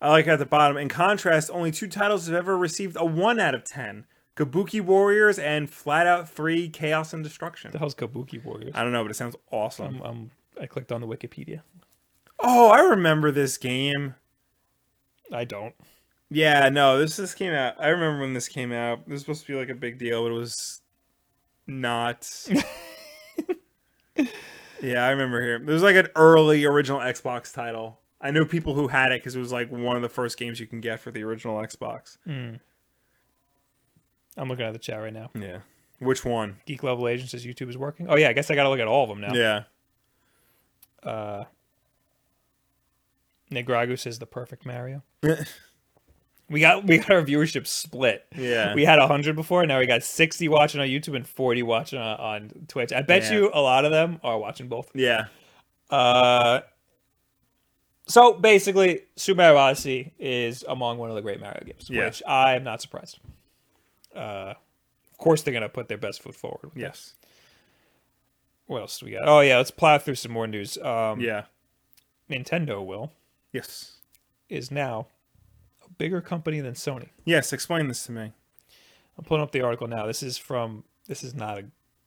I like at the bottom. In contrast, only two titles have ever received a 1 out of 10 Kabuki Warriors and Flat Out 3 Chaos and Destruction. The hell's Kabuki Warriors? I don't know, but it sounds awesome. Um, um, I clicked on the Wikipedia. Oh, I remember this game. I don't. Yeah, no, this this came out. I remember when this came out. This was supposed to be like a big deal, but it was not. yeah, I remember here. It was like an early original Xbox title. I knew people who had it because it was like one of the first games you can get for the original Xbox. I'm looking at the chat right now. Yeah. Which one? Geek Level Agent says YouTube is working. Oh yeah, I guess I got to look at all of them now. Yeah. Nick Gragu says the perfect Mario. [LAUGHS] we got we got our viewership split. Yeah. we had 100 before now we got 60 watching on youtube and 40 watching on, on twitch i bet Yeah. you a lot of them are watching both Yeah. uh So basically, Super Mario Odyssey is among one of the great Mario games, Yeah. which I'm not surprised. Uh, of course, they're gonna put their best foot forward. with that. Yes. What else do we got? Oh yeah, let's plow through some more news. Um, Yeah. Nintendo will Yes. is now a bigger company than Sony. Yes. Explain this to me. I'm pulling up the article now. This is from this is not a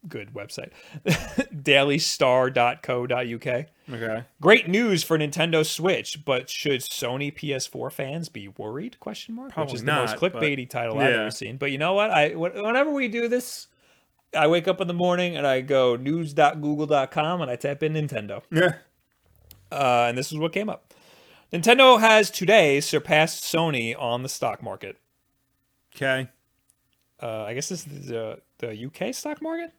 good website. [LAUGHS] dailystar.co.uk. Okay. Great news for Nintendo Switch, but should Sony PS4 fans be worried? Question mark. Probably Which is not, the most clickbaity title I've yeah. ever seen. But you know what? I wh- whenever we do this, I wake up in the morning and I go news.google.com and I type in Nintendo Yeah. uh, and this is what came up. Nintendo has today surpassed Sony on the stock market. Okay. Uh, I guess this is the, the UK stock market.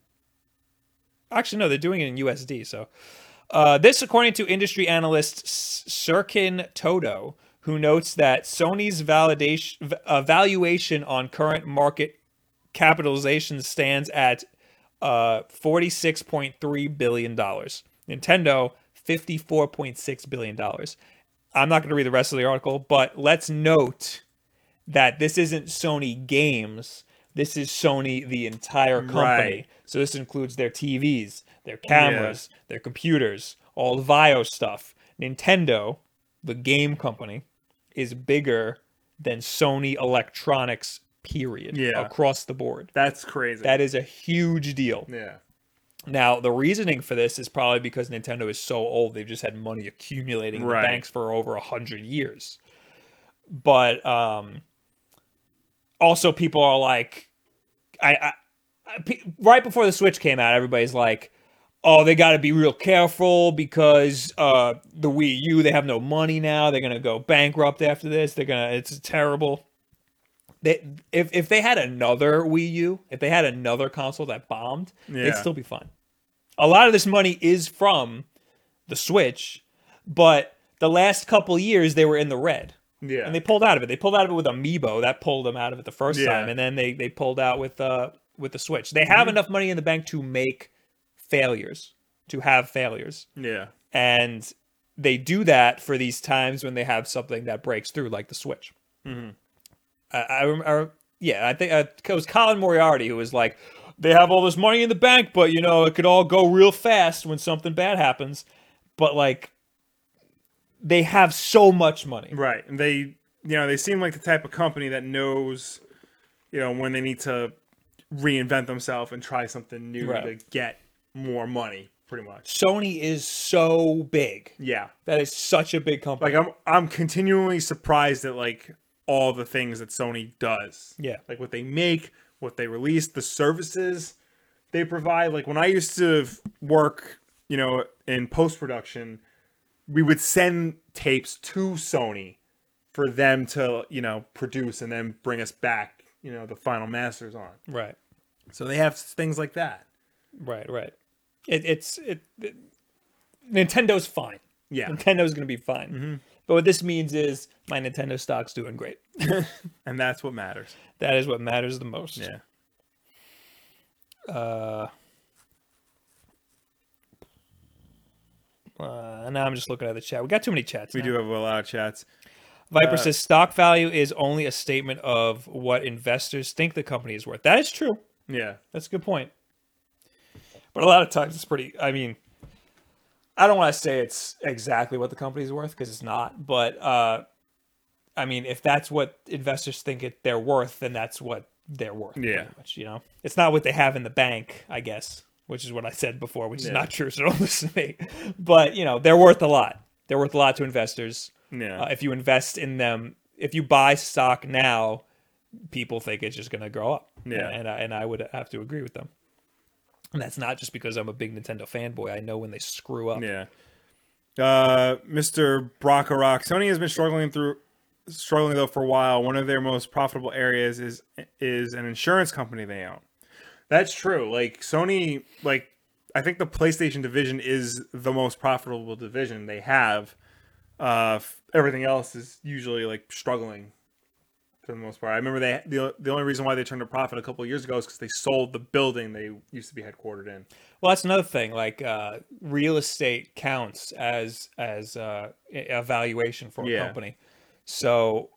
Actually, no, they're doing it in USD. So, uh, this, according to industry analyst S- Sirkin Toto, who notes that Sony's validation v- evaluation on current market capitalization stands at uh, forty-six point three billion dollars. Nintendo fifty-four point six billion dollars. I'm not going to read the rest of the article, but let's note that this isn't Sony games. This is Sony the entire company. Right. So this includes their TVs, their cameras, their computers, all the Vio stuff. Nintendo, the game company, is bigger than Sony Electronics. Period. Yeah. Across the board. That's crazy. That is a huge deal. yeah. Now, the reasoning for this is probably because Nintendo is so old; they've just had money accumulating Right. in the banks for over a hundred years. But um, also, people are like, I, I, I pe- right before the Switch came out, everybody's like, "Oh, they got to be real careful because uh, the Wii U they have no money now; they're gonna go bankrupt after this. They're gonna it's terrible." They, if if they had another Wii U, if they had another console that bombed, Yeah. it'd still be fun. A lot of this money is from the Switch, but the last couple years they were in the red. Yeah. And they pulled out of it. They pulled out of it with Amiibo. That pulled them out of it the first Yeah. time, and then they they pulled out with uh with the Switch. They have enough money in the bank to make failures, to have failures, yeah. and they do that for these times when they have something that breaks through, like the Switch. I, I, rem- I rem- yeah, I think uh, it was Colin Moriarty who was like, they have all this money in the bank, but you know it could all go real fast when something bad happens. But like, they have so much money. Right. And they, you know, they seem like the type of company that knows, you know, when they need to reinvent themselves and try something new Right. to get more money, pretty much. Sony is so big. Yeah. That is such a big company. Like I'm I'm continually surprised at like all the things that Sony does. yeah. Like what they make, what they release, the services they provide. Like when I used to f- work, you know, in post production, we would send tapes to Sony for them to, you know, produce and then bring us back, you know, the final masters on. Right. So they have things like that. Right. Right. It, it's it, it- Nintendo's fine. [LAUGHS] Yeah. Mm-hmm. Nintendo's gonna be fine. But what this means is my Nintendo stock's doing great. And that's what matters. That is what matters the most. Yeah. Uh, now I'm just looking at the chat. We got too many chats. We do Uh, have a lot of chats. Viper says stock value is only a statement of what investors think the company is worth. That is true. Yeah. That's a good point. But a lot of times it's pretty. I mean, I don't want to say it's exactly what the company's worth because it's not. But uh, I mean, if that's what investors think it they're worth, then that's what they're worth. pretty Yeah. much, you know, it's not what they have in the bank, I guess, which is what I said before, which is not true. So don't [LAUGHS] listen to me. But you know, they're worth a lot. They're worth a lot to investors. Yeah. Uh, if you invest in them, if you buy stock now, people think it's just going to grow up. Yeah. And, and I, and I would have to agree with them. And that's not just because I'm a big Nintendo fanboy. I know when they screw up. Yeah. Uh, Mr. Brockorock. Sony has been struggling through struggling though for a while. One of their most profitable areas is is an insurance company they own. That's true. Like Sony, like I think the PlayStation division is the most profitable division they have. Uh, f- everything else is usually like struggling for the most part. I remember they the, the only reason why they turned a profit a couple of years ago is because they sold the building they used to be headquartered in. Well, that's another thing. Like uh, real estate counts as as uh, a valuation for a Yeah. company. So,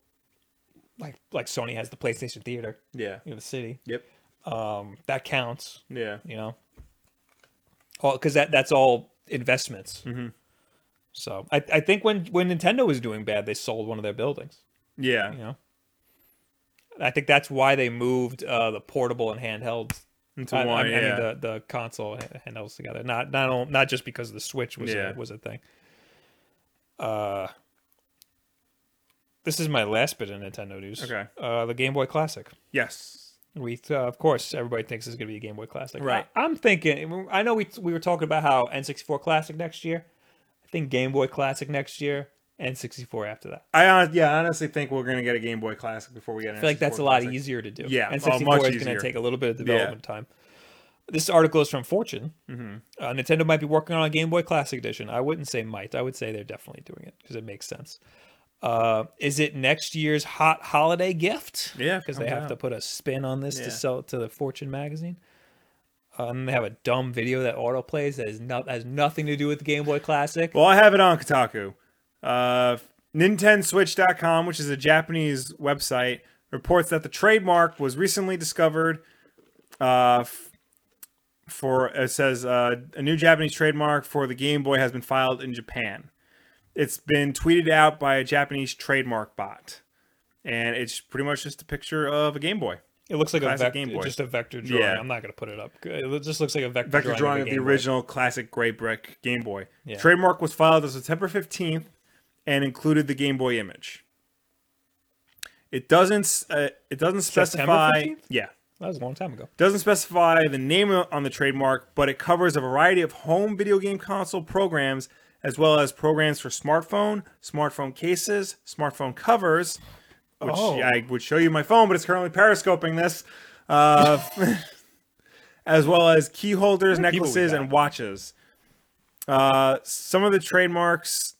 like like Sony has the PlayStation Theater Yeah. in the city. Yep. Um, that counts. Yeah. You know, because that that's all investments. Mm-hmm. So I, I think when when Nintendo was doing bad, they sold one of their buildings. Yeah. You know, I think that's why they moved uh, the portable and handheld Into I, I- one. I yeah. mean the, the console and- and those together. Not not on, not just because the Switch was Yeah. a, was a thing. Uh, this is my last bit of Nintendo news. Okay. Uh, the Game Boy Classic. yes. We uh, of course everybody thinks it's going to be a Game Boy Classic. Right. I, am thinking. I know we we were talking about how N64 Classic next year. I think Game Boy Classic next year. N64 after that. I hon- yeah, I honestly think we're gonna get a Game Boy Classic before we get. I feel like that's a lot easier to do. Yeah, oh, and 64 much is going easier. to take a little bit of development time. This article is from Fortune. Mm-hmm. Uh, Nintendo might be working on a Game Boy Classic edition. I wouldn't say might. I would say they're definitely doing it because it makes sense. Uh, is it next year's hot holiday gift? Yeah, if it because they comes have out. to put a spin on this Yeah. to sell it to the Fortune magazine. Uh, and they have a dumb video that auto plays that is not has nothing to do with the Game Boy Classic. Well, I have it on Kotaku. Uh, NintendoSwitch.com, which is a Japanese website, reports that the trademark was recently discovered. Uh, f- for it says uh, a new Japanese trademark for the Game Boy has been filed in Japan. It's been tweeted out by a Japanese trademark bot, and it's pretty much just a picture of a Game Boy. it looks like a classic vector, Game Boy. just a vector drawing. Yeah. I'm not going to put it up. It just looks like a vector, vector drawing of of a the Game Boy. original classic gray brick Game Boy. Yeah. Trademark was filed on September 15th and included the Game Boy image. It doesn't s- uh, it doesn't September specify 15th? yeah That was a long time ago. doesn't specify the name o- on the trademark, but it covers a variety of home video game console programs as well as programs for smartphone, smartphone cases, smartphone covers, which Oh. I would show you my phone, but it's currently periscoping this, uh, [LAUGHS] as well as key holders, people we necklaces, got? and watches. Uh, some of the trademarks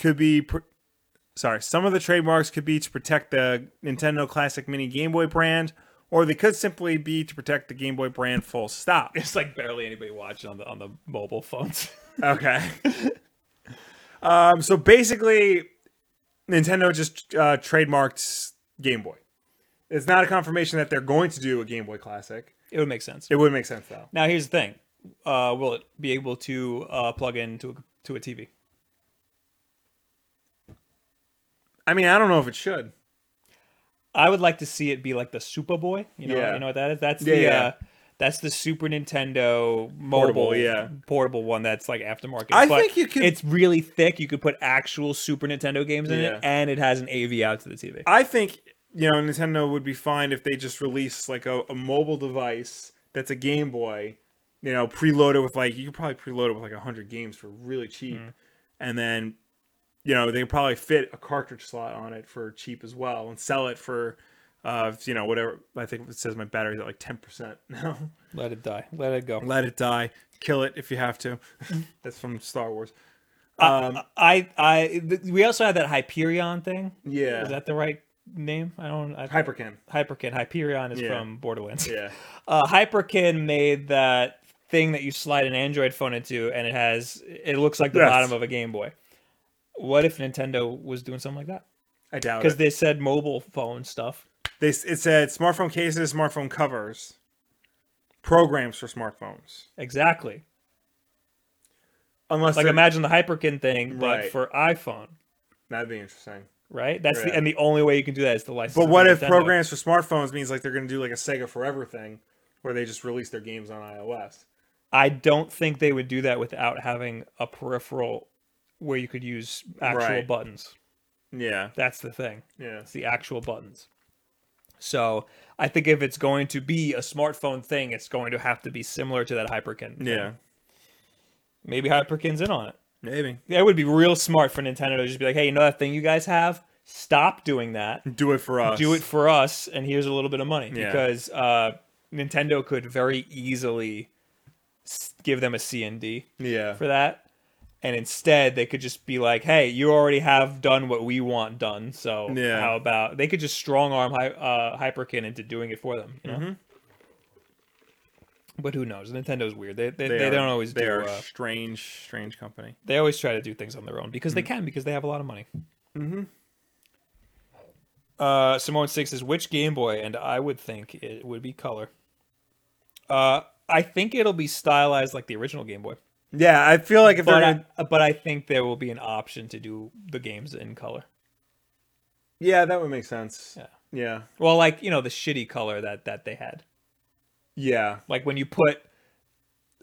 could be. Pr- Sorry, some of the trademarks could be to protect the Nintendo Classic Mini Game Boy brand, or they could simply be to protect the Game Boy brand full stop. It's like barely anybody watching on the on the mobile phones. [LAUGHS] Okay. [LAUGHS] um, so basically, Nintendo just uh, trademarked Game Boy. It's not a confirmation that they're going to do a Game Boy Classic. it would make sense. It would make sense though. Now here's the thing: uh, will it be able to uh, plug into a, to a TV? I mean, I don't know if it should. I would like to see it be like the Superboy. You know, Yeah. you know what that is. That's Yeah, the yeah. uh, that's the Super Nintendo mobile, Portable, yeah. portable one. That's like aftermarket. I think you could- It's really thick. You could put actual Super Nintendo games in Yeah. it, and it has an AV out to the TV. I think you know Nintendo would be fine if they just release like a, a mobile device that's a Game Boy, you know, preloaded with like you could probably preload it with like hundred games for really cheap, Mm-hmm. and then you know they could probably fit a cartridge slot on it for cheap as well and sell it for. Uh, you know, whatever. I think it says my battery's at like ten percent [LAUGHS] now. Let it die. Let it go. Let it die. Kill it if you have to. Mm-hmm. [LAUGHS] That's from Star Wars. Um, I I th- we also had that Hyperion thing. Yeah. is that the right name? I don't. I, Hyperkin. Hyperkin. Hyperion is Yeah. from Borderlands. Yeah. Uh, Hyperkin made that thing that you slide an Android phone into, and it has it looks like the Yes. bottom of a Game Boy. What if Nintendo was doing something like that? I doubt Because it. they said mobile phone stuff. They it said smartphone cases, smartphone covers, programs for smartphones. Exactly. Unless Like they're- imagine the Hyperkin thing, but Right. for iPhone. that'd be interesting. Right. That's Right. the and the only way you can do that is the license. But from what if Nintendo. programs for smartphones means like they're gonna do like a Sega Forever thing, where they just release their games on iOS? I don't think they would do that without having a peripheral where you could use actual Right. buttons. Yeah, That's the thing. yeah, It's the actual buttons. So I think if it's going to be a smartphone thing, it's going to have to be similar to that Hyperkin. thing. yeah. Maybe Hyperkin's in on it. Maybe That would be real smart for Nintendo to just be like, hey, you know that thing you guys have? Stop doing that. do it for us. Do it for us, and here's a little bit of money. Yeah. Because uh, Nintendo could very easily s- give them a C and D. yeah, for that and instead they could just be like, "Hey, you already have done what we want done, so Yeah. how about they could just strong arm Hy- uh, Hyperkin into doing it for them?" You know? Mm-hmm. But who knows? Nintendo's weird. They they, they, are- don't always They do. are uh, strange, strange company. they always try to do things on their own because Mm-hmm. they can because they have a lot of money. Mm-hmm. Uh, Simone Six is which Game Boy, and I would think it would be Color. Uh, I think it'll be stylized like the original Game Boy, Yeah, I feel like if but they're I, gonna, but I think there will be an option to do the games in color. yeah, that would make sense. Yeah. yeah, Well, like you know the shitty color that that they had, yeah. like when you put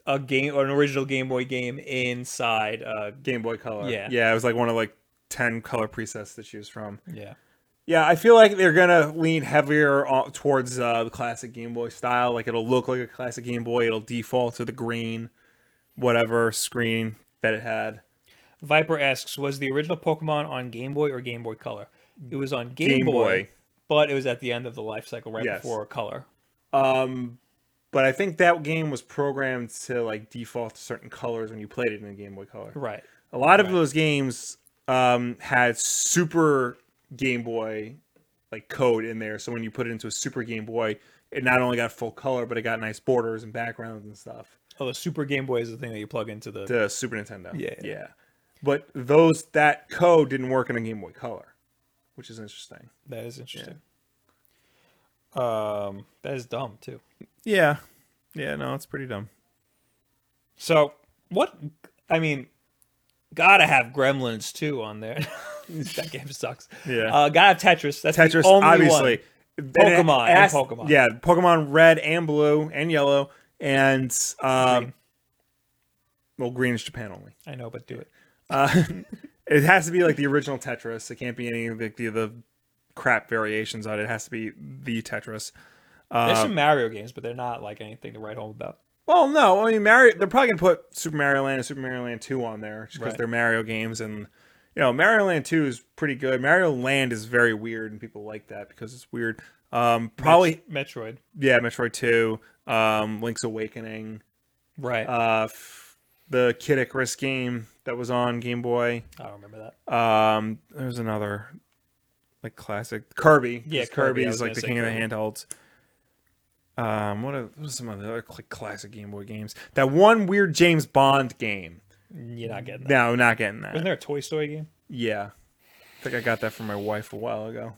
a game or an original Game Boy game inside. Uh, Game Boy Color. Yeah. yeah. It was like one of like ten color presets to choose from. yeah, Yeah, I feel like they're gonna lean heavier o- towards uh, the classic Game Boy style. Like it'll look like a classic Game Boy. It'll default to the green, whatever screen that it had. Viper asks, was the original Pokemon on Game Boy or Game Boy Color? It was on Game, Game Boy, Boy. but it was at the end of the life cycle, right Yes. before Color. Um, but I think that game was programmed to like default to certain colors when you played it in the Game Boy Color. Right. A lot of those games um, had Super Game Boy like code in there, so when you put it into a Super Game Boy, it not only got full color, but it got nice borders and backgrounds and stuff. Oh, the Super Game Boy is the thing that you plug into the. The Super Nintendo. Yeah. yeah. But those that code didn't work in a Game Boy Color, which is interesting. that is interesting. Um, that is dumb too. Yeah, yeah. No, it's pretty dumb. So what? I mean, gotta have Gremlins too on there. [LAUGHS] that game sucks. Yeah. Uh, gotta have Tetris. That's Tetris, the only obviously. And it Pokemon and asked- Pokemon. Yeah, Pokemon Red and Blue and Yellow and um, Green. well, Green is Japan only. One. I know, but do it. Uh, [LAUGHS] it has to be like the original Tetris. It can't be any of the, the, the crap variations on it. It has to be the Tetris. Uh, There's some Mario games, but they're not like anything to write home about. Well, no, I mean Mario. They're probably gonna put Super Mario Land and Super Mario Land Two on there just because Right. they're Mario games, and you know Mario Land Two is pretty good. Mario Land is very weird, and people like that because it's weird. Um, probably Metroid. yeah, Metroid Two, um, Link's Awakening, Right. uh, f- the Kid Icarus game that was on Game Boy. I don't remember that. Um, there's another like classic Kirby. 'cause Yeah, Kirby, I Kirby's was like gonna the say king of the handhelds. Um, what are, what are some of the other cl- classic Game Boy games? That one weird James Bond game. You're not getting that. No, not getting that. Wasn't there a Toy Story game? Yeah, I think I got that from my wife a while ago.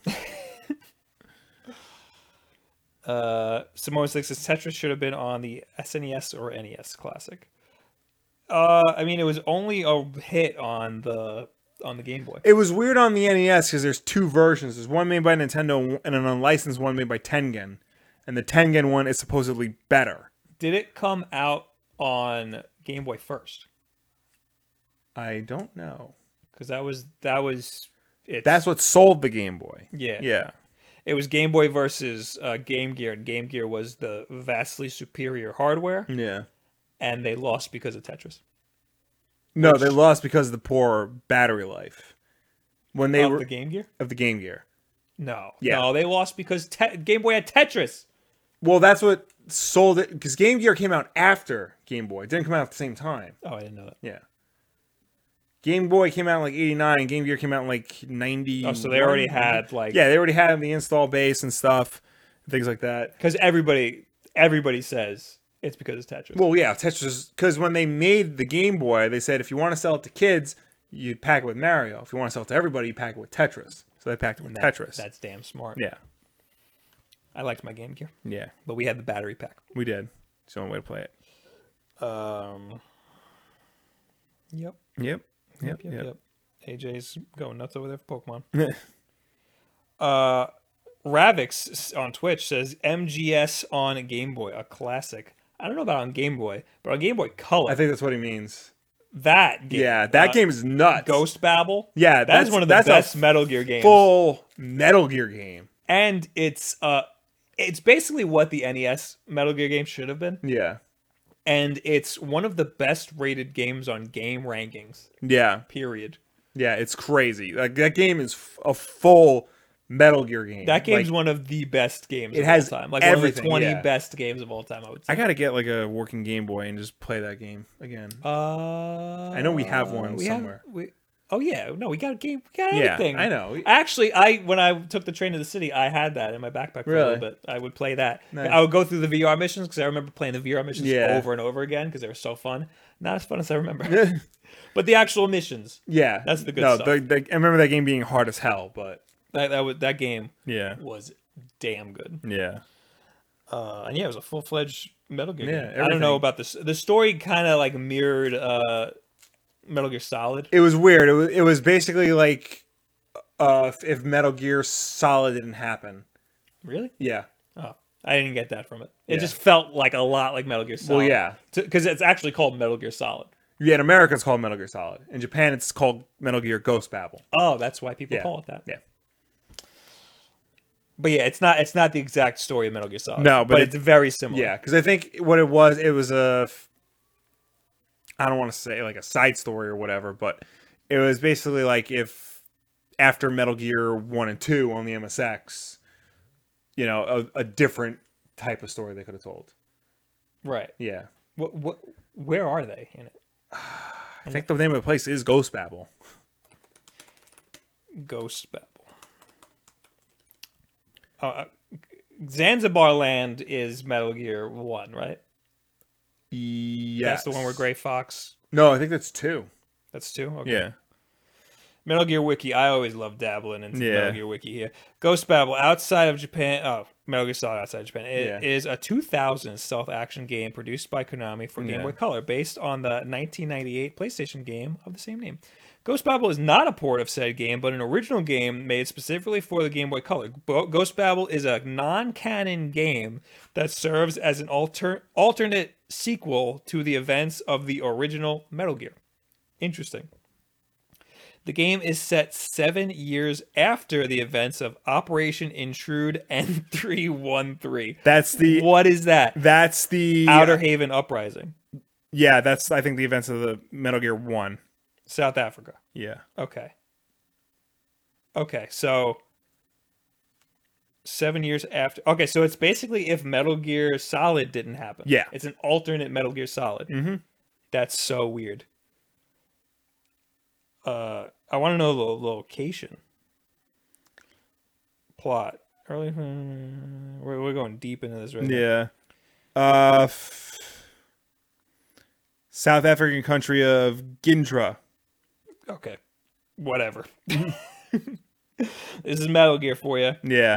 Uh, Simone Six says Tetris should have been on the SNES or NES Classic. Uh, I mean, it was only a hit on the on the Game Boy. It was weird on the NES because there's two versions. There's one made by Nintendo and an unlicensed one made by Tengen, and the Tengen one is supposedly better. Did it come out on Game Boy first? I don't know. Because that was that was it. That's what sold the Game Boy. Yeah. yeah, it was Game Boy versus uh, Game Gear, and Game Gear was the vastly superior hardware, yeah. and they lost because of Tetris. No, they lost because of the poor battery life when they of were the Game Gear? of the Game Gear. No, Yeah. no, they lost because te- Game Boy had Tetris. Well, that's what sold it because Game Gear came out after Game Boy. It didn't come out at the same time. Oh, I didn't know that. Yeah. Game Boy came out in like '89. Game Gear came out in like '90. Oh, so they already had like yeah, they already had the install base and stuff, things like that. because everybody everybody says it's because of Tetris. Well, yeah, Tetris, because when they made the Game Boy, they said if you want to sell it to kids, you pack it with Mario. If you want to sell it to everybody, you pack it with Tetris. So they packed it with Tetris. That's damn smart. yeah, I liked my Game Gear, yeah, but we had the battery pack. we did. It's the only way to play it. Um. Yep. Yep, Yep. Yep. Yep. AJ's going nuts over there for Pokemon. [LAUGHS] yep. Uh, Ravix s- on Twitch says MGS on Game Boy, a classic. I don't know about on Game Boy, but on Game Boy Color, I think that's what he means. that game, Yeah, that uh, game is nuts. Ghost Babel. Yeah, that that's is one of the that's a best Metal Gear games. full Metal Gear game. and it's uh it's basically what the NES Metal Gear game should have been Yeah, and it's one of the best rated games on game rankings yeah, period yeah. It's crazy. Like that game is f- a full Metal Gear game. That game's Like, one of the best games. It of has all time. like everything, one of the twenty yeah. best games of all time. I would say. I gotta get like a working Game Boy and just play that game again. Uh, know we have one we have- somewhere. we- oh yeah, no, we got a game. We got Yeah, everything. I know. Actually, I when I took the train to the city, I had that in my backpack for a Really? little bit. I would play that. Nice. I would go through the VR missions because I remember playing the VR missions Yeah. over and over again because they were so fun. Not as fun as I remember, [LAUGHS] but the actual missions. yeah, That's the good no, stuff. the- the- I remember that game being hard as hell, but That that, was, that game yeah, was damn good. yeah, Uh, and yeah, it was a full fledged Metal Gear. Yeah, game. I don't everything. know about this. The story kind of like mirrored uh, Metal Gear Solid. it was weird. It was it was basically like uh, if- if Metal Gear Solid didn't happen. Really? Yeah, Oh, I didn't get that from it. It Yeah. just felt like a lot like Metal Gear Solid. Well, yeah. because it's actually called Metal Gear Solid. yeah. In America, it's called Metal Gear Solid. In Japan, it's called Metal Gear Ghost Babel. Oh, that's why people Yeah. call it that. Yeah. But yeah, it's not it's not the exact story of Metal Gear Solid. No, but it- it's very similar. Yeah, because I think what it was, it was a, f- I don't want to say like a side story or whatever, but it was basically like if after Metal Gear One and Two on the MSX, you know, a, a different type of story they could have told. right. Yeah, What, what where are they in it? I think the name of the place is Ghost Babel. Ghost Babel. Uh, uh, Zanzibar Land is Metal Gear One, right? Yeah, That's the one where Gray Fox. No, I think that's two. That's two. Okay. Yeah, Metal Gear Wiki. I always love dabbling into Yeah. Metal Gear Wiki here. Ghost Babel outside of Japan. Oh, Metal Gear Solid outside of Japan. It Yeah. is a 2000 stealth action game produced by Konami for Game Yeah. Boy Color, based on the 1998 PlayStation game of the same name. Ghost Babel is not a port of said game, but an original game made specifically for the Game Boy Color. Bo- Ghost Babel is a non-canon game that serves as an alter- alternate sequel to the events of the original Metal Gear. Interesting. The game is set seven years after the events of Operation Intrude and [LAUGHS] 313. that's the What is that? that's the uh, Outer Haven Uprising, Yeah, that's I think the events of the Metal Gear One. South Africa. Yeah, Okay. Okay, so seven years after. Okay, so it's basically if Metal Gear Solid didn't happen. Yeah. It's an alternate Metal Gear Solid. Mm-hmm. That's so weird. Uh, I want to know the location. Plot. Early. hmm, We're, we're going deep into this right now. Yeah. Uh, f- South African country of Gindra. Okay. Whatever. [LAUGHS] this is Metal Gear for you. Yeah.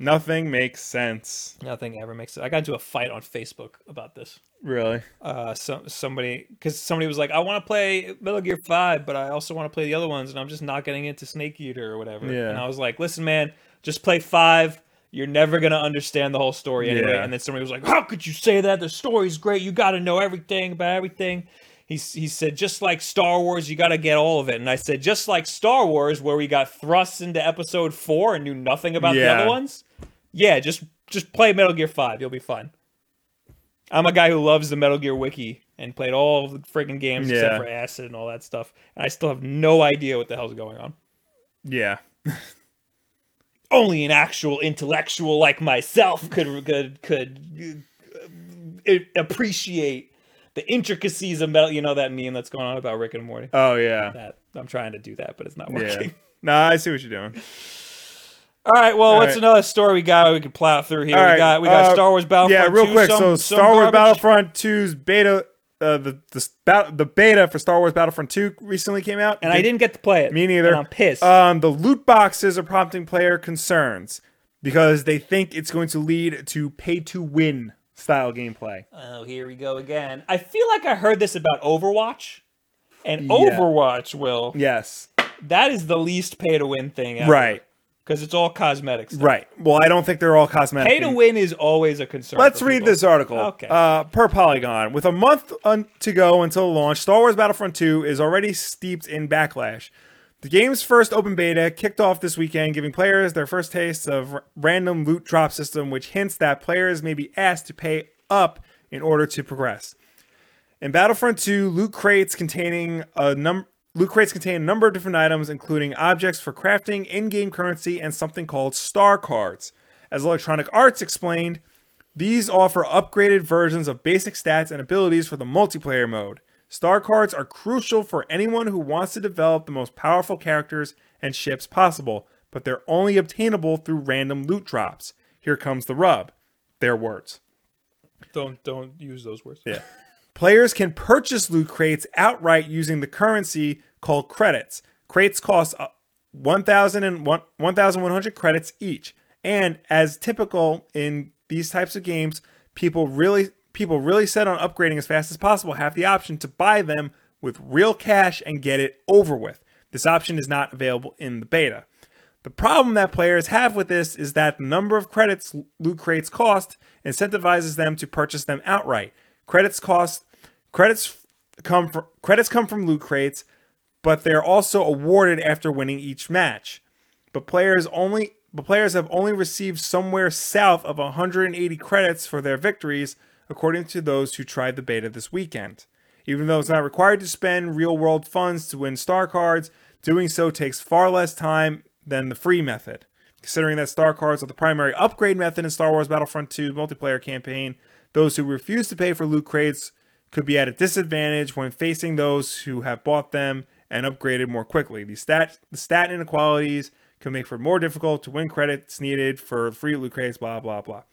Nothing makes sense. Nothing ever makes sense. I got into a fight on Facebook about this. Really? Uh, some somebody because somebody was like, "I want to play Metal Gear Five, but I also want to play the other ones, and I'm just not getting into Snake Eater or whatever." Yeah. And I was like, "Listen, man, just play Five. You're never gonna understand the whole story anyway." Yeah. And then somebody was like, "How could you say that? The story's great. You got to know everything about everything." He s- he said, "Just like Star Wars, you got to get all of it." And I said, "Just like Star Wars, where we got thrust into Episode Four and knew nothing about the Yeah. other ones." Yeah, just just play Metal Gear Five. You'll be fine. I'm a guy who loves the Metal Gear Wiki and played all the freaking games except Yeah. for Acid and all that stuff. And I still have no idea what the hell's going on. Yeah. Only an actual intellectual like myself could could could uh, uh, appreciate the intricacies of metal. You know that meme that's going on about Rick and Morty. [LAUGHS] Oh yeah. That I'm trying to do that, but it's not Yeah. working. [LAUGHS] Nah, I see what you're doing. All right, well, what's right. another story we got we could plow through here? All We right, got we got uh, Star Wars yeah, Battlefront. real 2, quick. some- so, some Star Wars garbage. Battlefront 2's beta, uh, the the s- bat- the beta for Star Wars Battlefront 2 recently came out, and I didn't get to play it. Me neither. And I'm pissed. Um, the loot boxes are prompting player concerns because they think it's going to lead to pay to win style gameplay. Oh, here we go again. I feel like I heard this about Overwatch. And Yeah. Overwatch, Will, Yes. that is the least pay to win thing ever. Right. Because it's all cosmetics. Right. Well, I don't think they're all cosmetic. Pay to win is always a concern. Let's for read people. this article. Okay. Uh, per Polygon, with a month un- to go until launch, Star Wars Battlefront 2 is already steeped in backlash. The game's first open beta kicked off this weekend, giving players their first taste of r- random loot drop system, which hints that players may be asked to pay up in order to progress. In Battlefront 2, loot crates containing a num- Loot crates contain a number of different items, including objects for crafting, in game currency, and something called star cards. As Electronic Arts explained, these offer upgraded versions of basic stats and abilities for the multiplayer mode. Star cards are crucial for anyone who wants to develop the most powerful characters and ships possible, but they're only obtainable through random loot drops. Here comes the rub. Their words. Don't don't use those words. Yeah. Players can purchase loot crates outright using the currency called credits. Crates cost uh, 1,000 and one- 1,100 credits each. And as typical in these types of games, people really people really set on upgrading as fast as possible have the option to buy them with real cash and get it over with. This option is not available in the beta. The problem that players have with this is that the number of credits loot crates cost incentivizes them to purchase them outright. Credits cost credits come from credits come from loot crates, but they're also awarded after winning each match. But players only but players have only received somewhere south of 180 credits for their victories, according to those who tried the beta this weekend. Even though it's not required to spend real world funds to win star cards, doing so takes far less time than the free method. Considering that star cards are the primary upgrade method in Star Wars Battlefront 2 multiplayer campaign, those who refuse to pay for loot crates could be at a disadvantage when facing those who have bought them and upgraded more quickly. The stat, the stat inequalities can make for more difficult to win credits needed for free loot crates, blah, blah, blah.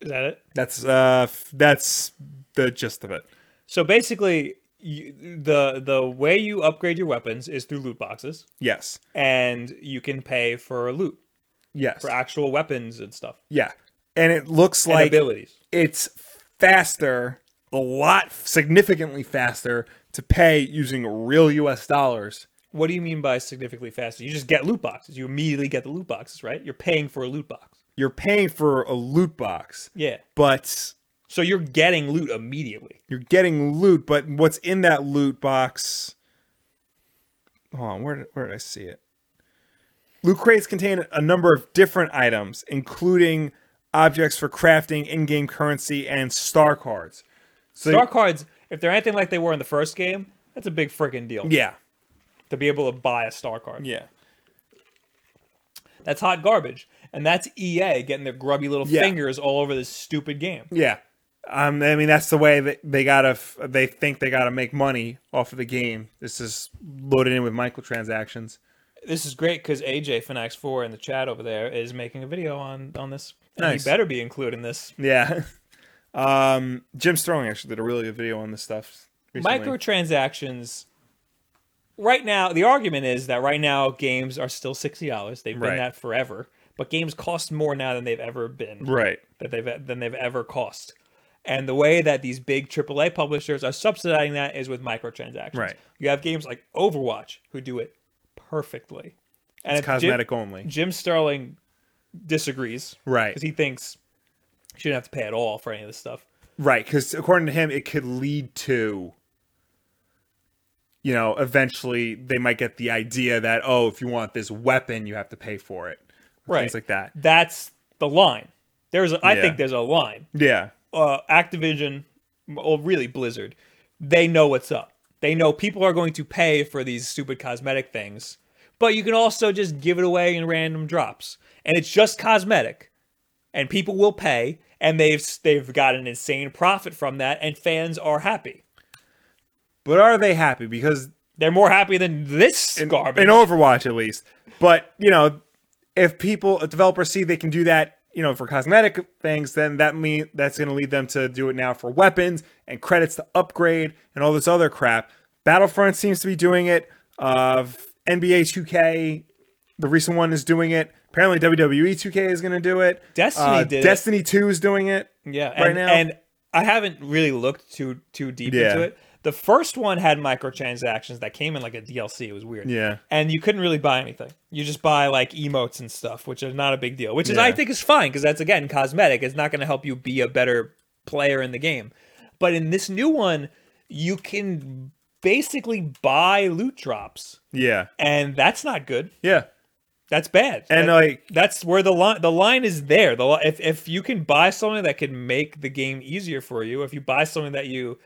Is that it? That's uh, f- that's the gist of it. So basically, you, the the way you upgrade your weapons is through loot boxes, Yes, and you can pay for loot yes, for actual weapons and stuff, yeah. And it looks and like abilities. it's faster, a lot significantly faster to pay using real US dollars. What do you mean by significantly faster? You just get loot boxes. You immediately get the loot boxes, right? You're paying for a loot box. You're paying for a loot box, Yeah. but So you're getting loot immediately. you're getting loot, but what's in that loot box? Hold on, where did, where did I see it? Loot crates contain a number of different items, including objects for crafting, in-game currency, and star cards. So Star cards, if they're anything like they were in the first game, that's a big freaking deal yeah, to be able to buy a star card. yeah, That's hot garbage. And that's EA getting their grubby little Yeah. fingers all over this stupid game. yeah. Um, I mean that's the way that they gotta. f- They think they gotta make money off of the game. This is loaded in with microtransactions. This is great because AJ from X4 in the chat over there is making a video on on this. And Nice. He better be including this. Yeah. [LAUGHS] Um, Jim Sterling actually did a really good video on this stuff. recently. Microtransactions. Right now, the argument is that right now games are still sixty dollars. They've Right. been that forever, but games cost more now than they've ever been. Right. that they've than they've ever cost. And the way that these big AAA publishers are subsidizing that is with microtransactions. Right. You have games like Overwatch who do it perfectly. And It's if Jim- cosmetic only. Jim, Sterling disagrees. Right. Because he thinks you shouldn't have to pay at all for any of this stuff. Right. Because according to him, it could lead to, you know, eventually they might get the idea that, oh, if you want this weapon, you have to pay for it. Right. Things like that. That's the line. There's a, I Yeah. think there's a line. Yeah. uh, Activision, well, really Blizzard, they know what's up. They know people are going to pay for these stupid cosmetic things, but you can also just give it away in random drops, and it's just cosmetic, and people will pay, and they've they've got an insane profit from that, and fans are happy. But are they happy? Because They're more happy than this in, garbage. in Overwatch, at least. But, you know, if people, if developers see they can do that, you know, for cosmetic things, then that mean that's going to lead them to do it now for weapons and credits to upgrade and all this other crap. Battlefront seems to be doing it. Uh, NBA 2K, the recent one is doing it. Apparently, WWE 2K is going to do it. Destiny Uh, did it. Destiny 2 is doing it. Yeah, right and, now. and I haven't really looked too too deep Yeah. into it. The first one had microtransactions that came in like a DLC. It was weird. Yeah. and you couldn't really buy anything. You just buy like emotes and stuff, which is not a big deal. Which is Yeah. I think is fine because that's again cosmetic. It's not going to help you be a better player in the game. But in this new one, you can basically buy loot drops, Yeah. and that's not good. Yeah. That's bad. And, uh, That- like- that's where the line the line is there. The li- if if you can buy something that can make the game easier for you, if you buy something that you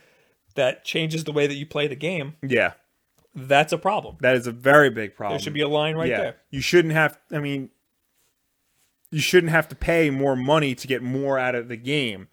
that changes the way that you play the game, Yeah. That's a problem. That is a very big problem. There should be a line right yeah. there. You shouldn't have I mean you shouldn't have to pay more money to get more out of the game.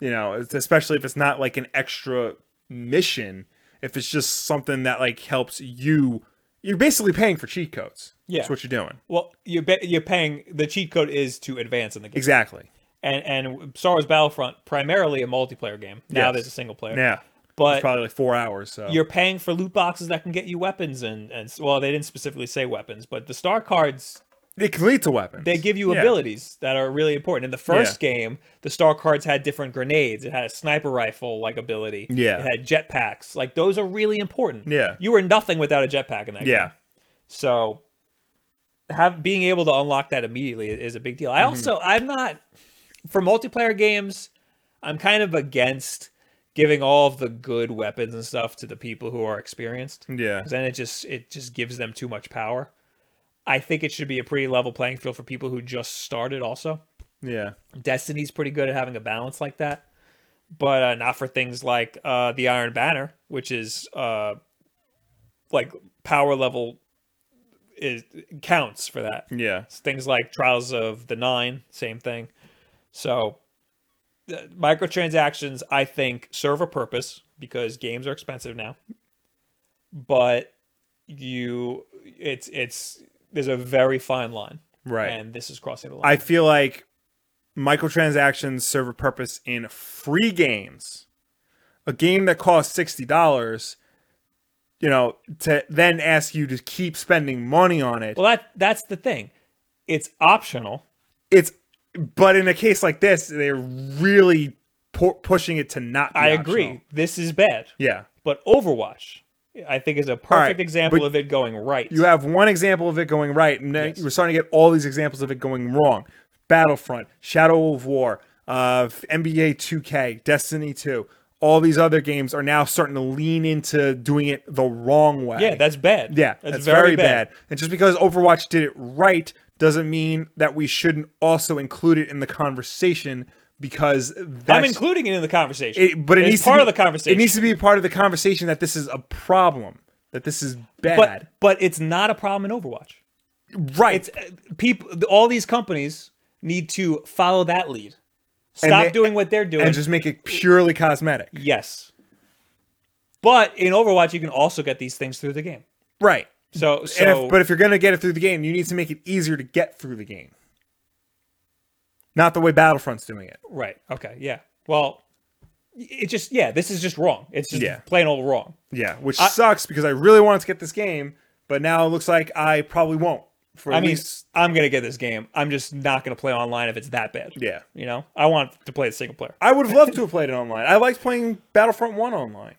You know, it's- especially if it's not like an extra mission, if it's just something that like helps you you're basically paying for cheat codes. Yeah. That's what you're doing. Well, you're ba- you're paying the cheat code is to advance in the game, Exactly. and and Star Wars Battlefront primarily a multiplayer game. Now Yes. there's a single player, Yeah. but It's probably like 4 hours, so you're paying for loot boxes that can get you weapons and and well, they didn't specifically say weapons, but the star cards it can lead to weapons. they give you Yeah. abilities that are really important. In the first game, the star cards had different grenades. It had a sniper rifle like ability. Yeah. It had jetpacks. Like those are really important. Yeah. You were nothing without a jetpack in that game. Yeah. So have being able to unlock that immediately is a big deal. I Mm-hmm. also I'm not for multiplayer games, I'm kind of against giving all of the good weapons and stuff to the people who are experienced. Yeah. 'Cause then it just it just gives them too much power. I think it should be a pretty level playing field for people who just started also. Yeah. Destiny's pretty good at having a balance like that, but uh, not for things like uh, the Iron Banner, which is uh, like power level is counts for that. Yeah. It's things like Trials of the Nine, same thing. So uh, microtransactions, I think, serve a purpose because games are expensive now. But you, it's it's there's a very fine line, Right. And this is crossing the line. I feel like microtransactions serve a purpose in free games. A game that costs sixty dollars, you know, to then ask you to keep spending money on it. Well, that that's the thing. It's optional. It's but in a case like this, they're really pu- pushing it to not. Be I optional. agree. This is bad. Yeah, But Overwatch, I think, is a perfect right, example but of it going right. you have one example of it going right, and then we're starting to get all these examples of it going wrong. Battlefront, Shadow of War, uh, NBA 2K, Destiny 2. All these other games are now starting to lean into doing it the wrong way. yeah, that's bad. yeah, that's, very bad. And just because Overwatch did it right doesn't mean that we shouldn't also include it in the conversation because that's I'm including it in the conversation. it, but it It's needs part to be, of the conversation. It needs to be part of the conversation that this is a problem, that this is bad. but but it's not a problem in Overwatch. right. It's uh, people. All these companies need to follow that lead. Stop they- doing what they're doing. and just make it purely cosmetic. yes. But in Overwatch, you can also get these things through the game. Right. So, And if- so but if you're going to get it through the game, you need to make it easier to get through the game. Not the way Battlefront's doing it. Right. Okay. Yeah. Well, it just yeah. This is just wrong. It's just Yeah. plain old wrong. Yeah, which sucks because I really wanted to get this game, but now it looks like I probably won't. For I at mean, least, I'm gonna get this game. I'm just not gonna play online if it's that bad. yeah. You know, I want to play the single player. I would have loved to have played it online. I liked playing Battlefront 1 online.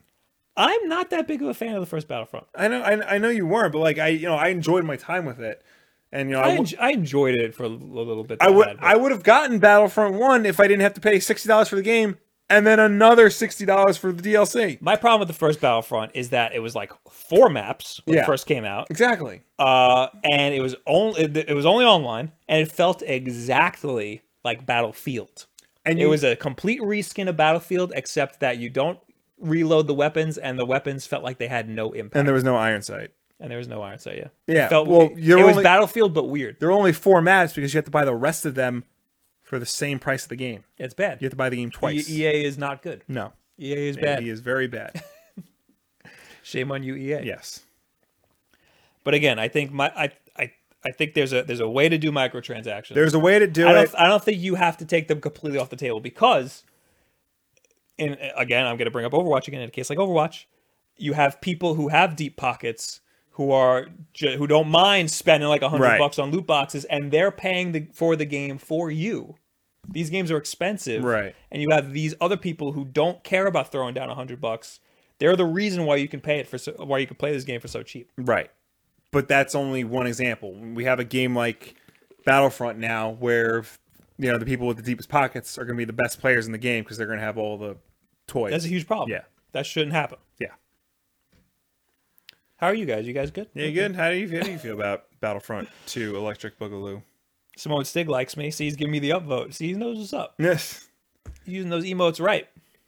I'm not that big of a fan of the first Battlefront. I know I, I know you weren't, but like I you know, I enjoyed my time with it. And you know, I I, w- en- I enjoyed it for a little bit. I that would bad, but- I would have gotten Battlefront 1 if I didn't have to pay $60 for the game and then another $60 for the DLC. My problem with the first Battlefront is that it was like four maps when it Yeah. first came out, Exactly. uh, and it was only it was only online, and it felt exactly like Battlefield. And it you- was a complete reskin of Battlefield, except that you don't reload the weapons, and the weapons felt like they had no impact. and there was no iron sight. And there was no iron sight, yeah. Yeah, It felt, well, it, you're it was only- Battlefield, but weird. There are only four maps because you have to buy the rest of them for the same price of the game. It's bad. You have to buy the game E- twice. E EA is not good. No, EA is he bad. is very bad. Shame on you, EA. yes. But again, I think my I, I I think there's a there's a way to do microtransactions. There's a way to do I it. don't I don't think you have to take them completely off the table because and again, I'm going to bring up Overwatch again in a case like Overwatch, you have people who have deep pockets who are ju- who don't mind spending like 100 Right. bucks on loot boxes and they're paying the, for the game for you. These games are expensive. Right. And you have these other people who don't care about throwing down 100 bucks. They're the reason why you can pay it for so, why you can play this game for so cheap. Right. But that's only one example. We have a game like Battlefront now where you know the people with the deepest pockets are going to be the best players in the game because they're going to have all the toys. That's a huge problem. Yeah. That shouldn't happen. yeah. How are you guys? You guys good? Yeah, you good. How do you, how do you feel about Battlefront 2 Electric Boogaloo? Simone Stig likes me. See, he's giving me the upvote. See, he knows what's up. [LAUGHS] Yes. He's using those emotes right.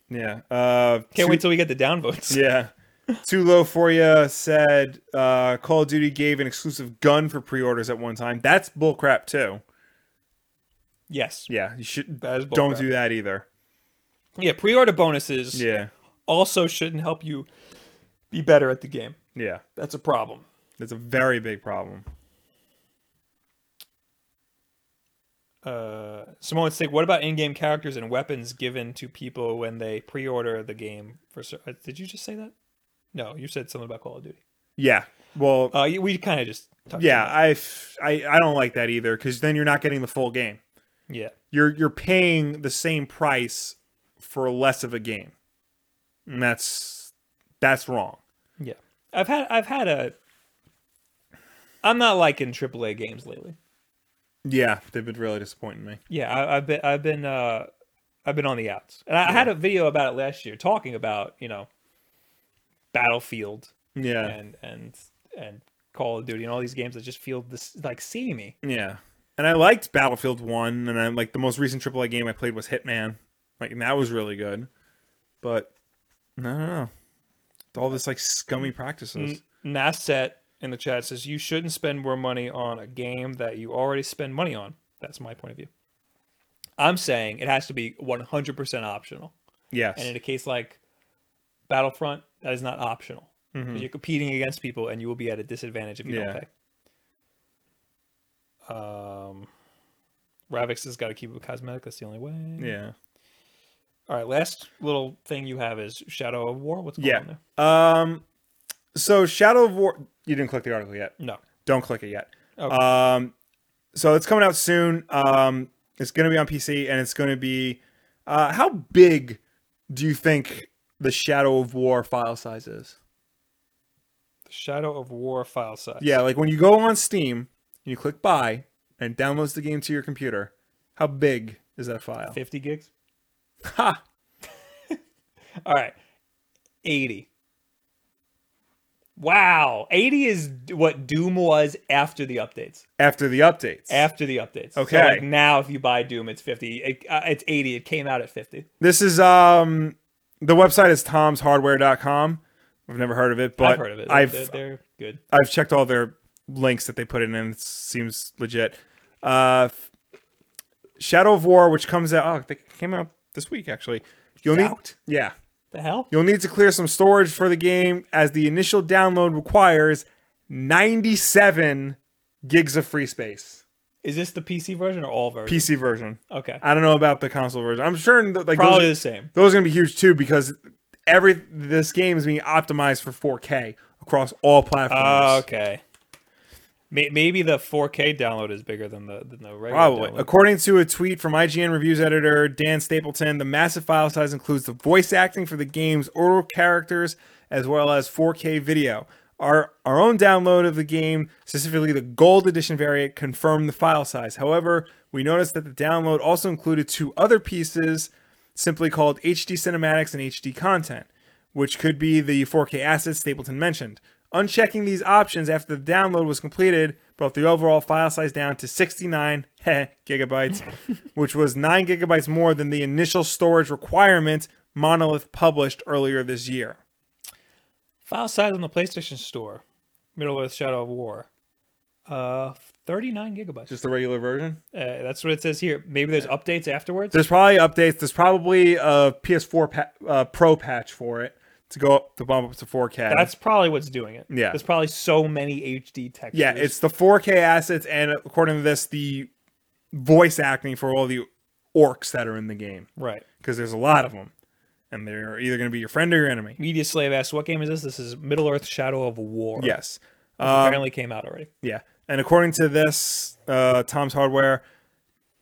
Yeah. Uh Can't two- wait till we get the downvotes. [LAUGHS] Yeah. Too Low For You said uh, Call of Duty gave an exclusive gun for pre-orders at one time. That's bullcrap too. [LAUGHS] Yes. Yeah, you should That is bull don't crap. do that either. Yeah, pre-order bonuses Yeah, also shouldn't help you be better at the game. yeah, That's a problem. that's a very big problem. Uh, Simone Stick, what about in-game characters and weapons given to people when they pre-order the game for? cer- uh, Did you just say that? No, you said something about Call of Duty. Yeah, well, Uh, you- we kind of just touched yeah, on I, I I don't like that either because then you're not getting the full game. that. yeah. You're you're paying the same price for less of a game, and that's that's wrong. Yeah, I've had I've had a. I'm not liking AAA games lately. Yeah, they've been really disappointing me. Yeah, I, I've been I've been uh, I've been on the outs, and I I had a video about it last year talking about you know, Battlefield Yeah, and and and Call of Duty and all these games that just feel this like samey. yeah. And I liked Battlefield One, and I like the most recent AAA game I played was Hitman, like and that was really good. But no, no, no. all this like Mm. scummy practices. Nasset in the chat says you shouldn't spend more money on a game that you already spend money on. That's my point of view. I'm saying it has to be 100% optional. Yes, And in a case like Battlefront, that is not optional. You're competing against people, and you will be at a disadvantage if you Mm-hmm. Yeah. don't pay. Um, Ravix has got to keep it with cosmetic. That's the only way. yeah. All right. Last little thing you have is Shadow of War. What's going Yeah. on there? Um. So Shadow of War. You didn't click the article yet. No. Don't click it yet. Okay. Um. So it's coming out soon. Um. It's gonna be on PC, and it's gonna be. Uh, how big do you think the Shadow of War file size is? Shadow of War file size. Yeah, like when you go on Steam and you click buy and it downloads the game to your computer, how big is that file? 50 gigs. [LAUGHS] Ha! All right. 80. Wow. 80 is what Doom was after the updates. After the updates. after the updates. So, Okay. like now, if you buy Doom, it's fifty. It, uh, it's eighty. It came out at fifty. This is um the website is tomshardware.com. I've never heard of it, but I've heard of it. I've they're, they're good. I've checked all their links that they put in, and it seems legit. Uh, f- Shadow of War, which comes out, oh, they came out this week actually. You'll need, out? yeah, The hell? you'll need to clear some storage for the game, as the initial download requires 97 gigs of free space. Is this the PC version or all versions? PC version. okay, I don't know about the console version. I'm sure in the- like those- probably the same. those are gonna be huge too because every this game is being optimized for 4K across all platforms. okay. May- Maybe the 4K download is bigger than the than the regular. Probably. download. According to a tweet from IGN Reviews editor Dan Stapleton, the massive file size includes the voice acting for the game's oral characters as well as 4K video. Our, our own download of the game, specifically the Gold Edition variant, confirmed the file size. However, we noticed that the download also included two other pieces simply called HD cinematics and HD content, which could be the 4K assets Stapleton mentioned. Unchecking these options after the download was completed brought the overall file size down to 69 heh, [LAUGHS] gigabytes, which was 9 gigabytes more than the initial storage requirement Monolith published earlier this year. File size on the PlayStation Store, Middle Earth: Shadow of War, uh, 39 gigabytes. Just the regular version? Uh, that's what it says here. Maybe there's updates afterwards. There's probably updates. There's probably a PS4 pa- uh, Pro patch for it to go up, to bump up to 4K. That's probably what's doing it. Yeah. there's probably so many HD textures. Yeah, it's the 4K assets, and according to this, the voice acting for all the orcs that are in the game right. because there's a lot of them, and they're either going to be your friend or your enemy. Media Slave asks, "What game is this? This is Middle Earth: Shadow of War." Yes, Which um, apparently came out already. yeah, and according to this, uh, Tom's Hardware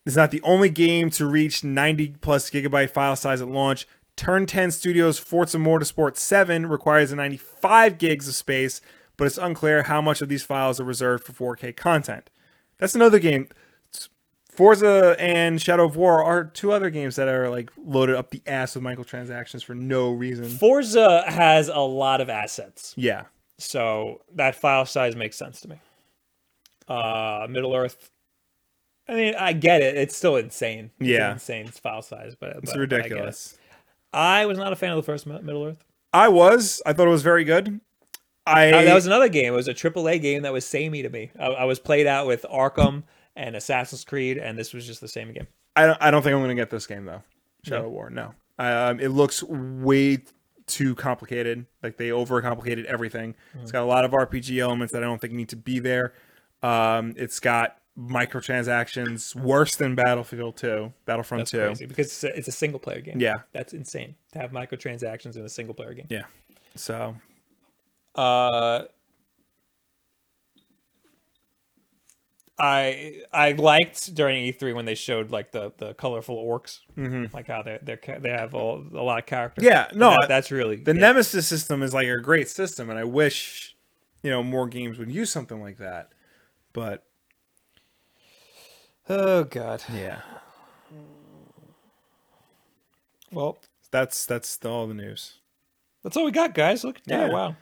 is not the only game to reach 90 plus gigabyte file size at launch. Turn 10 Studios' Forza Motorsport 7 requires a 95 gigs of space, but it's unclear how much of these files are reserved for 4K content. That's another game. Forza and Shadow of War are two other games that are like loaded up the ass with microtransactions for no reason. Forza has a lot of assets, Yeah. so that file size makes sense to me. Uh, Middle Earth. I mean, I get it. It's still insane. It's an Yeah. insane file size, but but It's I get it. ridiculous. I, was not a fan of the first Mi- Middle Earth. I was. I thought it was very good. I Uh, that was another game. It was a AAA game that was samey to me. I, I was played out with Arkham and Assassin's Creed, and this was just the same game. I don't, I don't think I'm going to get this game though. Shadow War, no. Um, it looks way too complicated. Like they overcomplicated everything. It's Hmm. got a lot of RPG elements that I don't think need to be there. Um, it's got microtransactions worse than Battlefield 2, Battlefront 2. Crazy, because it's a, it's a single player game. Yeah. that's insane to have microtransactions in a single player game. Yeah. So Uh, I I liked during E3 when they showed like the the colorful orcs, like how they they they have all, a lot of characters. Mm-hmm. Yeah, no, That- I- that's really the yeah. Nemesis system is like a great system, and I wish you know more games would use something like that. But Oh god. yeah, Well, that's that's all the news. That's all we got, guys. Look at that. Yeah. Wow.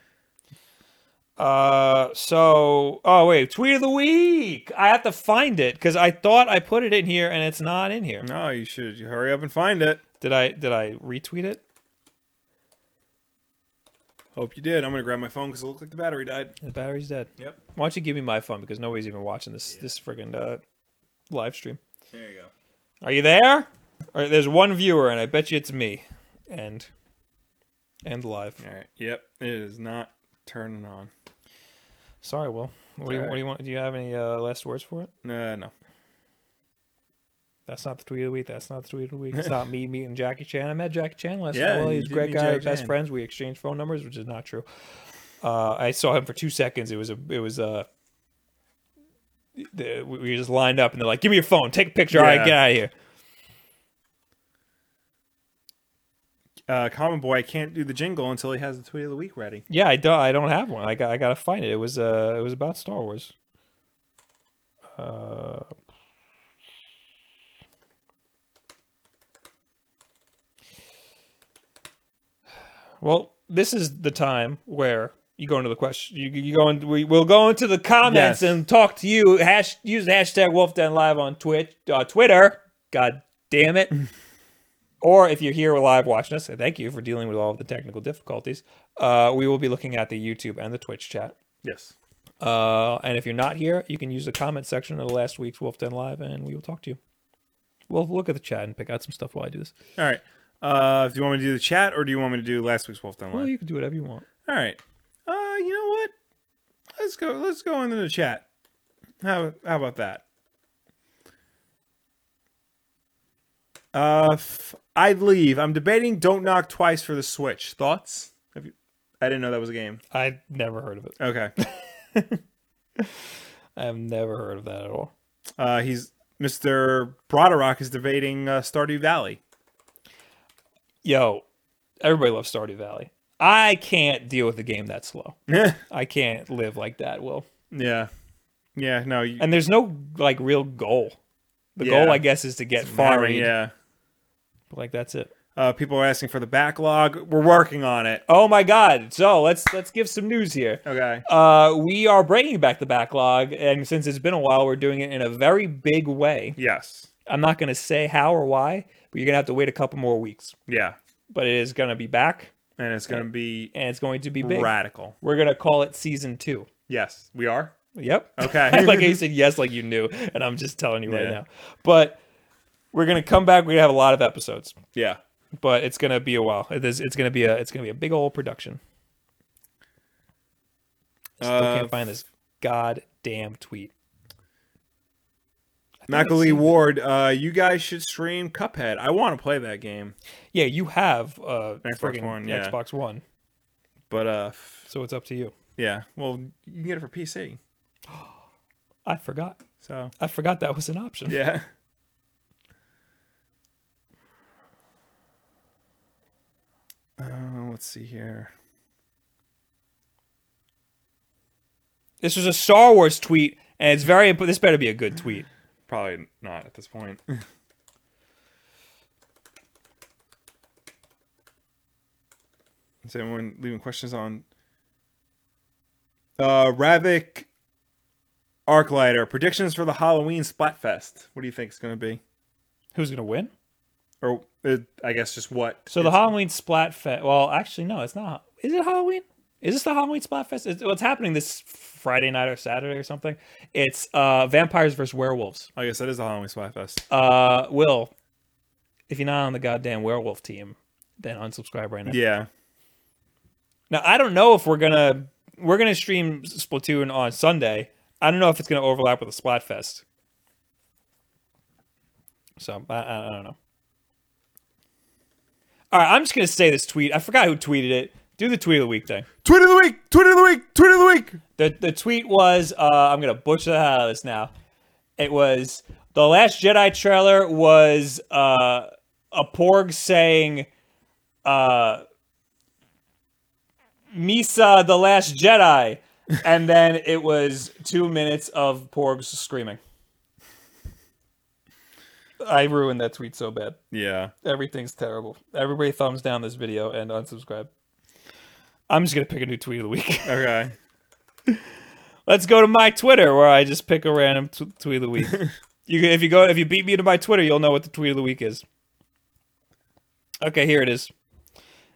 Uh, so, oh, wait, tweet of the week. I have to find it because I thought I put it in here and it's not in here. No, you should you hurry up and find it. Did I, did I retweet it? Hope you did. I'm gonna grab my phone because it looked like the battery died. The battery's dead. Yep. Why don't you give me my phone because nobody's even watching this, this friggin' uh, live stream. There you go. Are you there? All right, there's one viewer and I bet you it's me. And, and live. All right. Yep. It is not turning on. Sorry, Will. What do, you, all what do you want? Do you have any uh, last words for it? No, no. That's not the tweet of the week. That's not the tweet of the week. [LAUGHS] It's not me meeting Jackie Chan. I met Jackie Chan last Yeah, night. Well, you he's a did great meet guy. Jackie best Chan. friends. We exchanged phone numbers, which is not true. Uh, I saw him for two seconds. It was a. It was a. The, we were just lined up, and they're like, "Give me your phone. Take a picture. All right, Yeah. get out of here." Uh, Common Boy can't do the jingle until he has the tweet of the week ready. Yeah, I don't. I don't have one. I got. I gotta find it. It was. Uh, it was about Star Wars. Uh, well, this is the time where you go into the question. You, you go in. We, we'll go into the comments Yes. and talk to you. Hash. Use the hashtag Wolfden Live on Twitch. Uh, Twitter. God damn it. or if you're here live watching us, and thank you for dealing with all of the technical difficulties. Uh, we will be looking at the YouTube and the Twitch chat. Yes. Uh, and if you're not here, you can use the comment section of the last week's Wolf Den Live, and we will talk to you. We'll look at the chat and pick out some stuff while I do this. All right. Uh, do you want me to do the chat or do you want me to do last week's Wolf Den Well, Live? you can do whatever you want. All right. Uh, you know what? Let's go. Let's go into the chat. How how about that? Uh, f- I'd leave. I'm debating. Don't knock twice for the Switch. Thoughts? Have you? I didn't know that was a game. I never heard of it. Okay. I've never heard of that at all. Uh, he's Mr. Broderick is debating uh, Stardew Valley. [LAUGHS] Yo, everybody loves Stardew Valley. I can't deal with a game that's slow. Yeah. I can't live like that, Will. Yeah. Yeah. No. You, And there's no like real goal. The Yeah. goal, I guess, is to get far. Harry, Yeah. Like that's it. Uh, people are asking for the backlog. We're working on it. Oh my God! So let's let's give some news here. Okay. Uh, we are bringing back the backlog, and since it's been a while, we're doing it in a very big way. Yes. I'm not going to say how or why, but you're going to have to wait a couple more weeks. Yeah. But it is going to be back, And it's gonna be and it's going to be big. radical. We're going to call it season two. Yes, we are. Yep. [LAUGHS] Okay. like you said, yes, like you knew, and I'm just telling you right Yeah. now. But we're going to come back. We're going to have a lot of episodes, yeah. but it's going to be a while. It is, it's going to be a it's going to be a big old production. I Still Uh, can't find this goddamn tweet. Macaulay Ward, uh, you guys should stream Cuphead. I want to play that game, Yeah, you have uh Xbox friggin' One, yeah. Xbox One, but uh, f- so it's up to you. yeah. Well, you can get it for PC. I forgot. So I forgot that was an option. yeah. [LAUGHS] Uh, let's see here. This was a Star Wars tweet, and it's very. imp- This better be a good tweet. Probably not at this [LAUGHS] point. Is anyone leaving questions on? Uh, Ravik Arclighter predictions for the Halloween Splatfest. What do you think it's going to be? Who's gonna win? Or It, I guess just what. So the Halloween Splatfest. Well, actually, no, it's not. Is it Halloween? Is this the Halloween Splatfest? It's, what's happening this Friday night or Saturday or something? It's uh, vampires versus werewolves. I guess that is the Halloween Splatfest. Fest. Uh, Will, if you're not on the goddamn werewolf team, then unsubscribe right now. yeah. Now I don't know if we're gonna we're gonna stream Splatoon on Sunday. I don't know if it's gonna overlap with the Splatfest. So I, I I don't know. All right, I'm just gonna say this tweet. I forgot who tweeted it. Do the tweet of the week thing. Tweet of the week. Tweet of the week. Tweet of the week. The the tweet was uh, I'm gonna butcher the hell out of this now. It was the Last Jedi trailer was uh, a porg saying, uh, "Misa, the Last Jedi," and then it was two minutes of porgs screaming. I ruined that tweet so bad. Yeah. Everything's terrible. Everybody thumbs down this video and unsubscribe. I'm just gonna pick a new tweet of the week. Okay. Let's go to my Twitter where I just pick a random t- tweet of the week. you, can- if you go, if you beat me to my Twitter, you'll know what the tweet of the week is. Okay, here it is.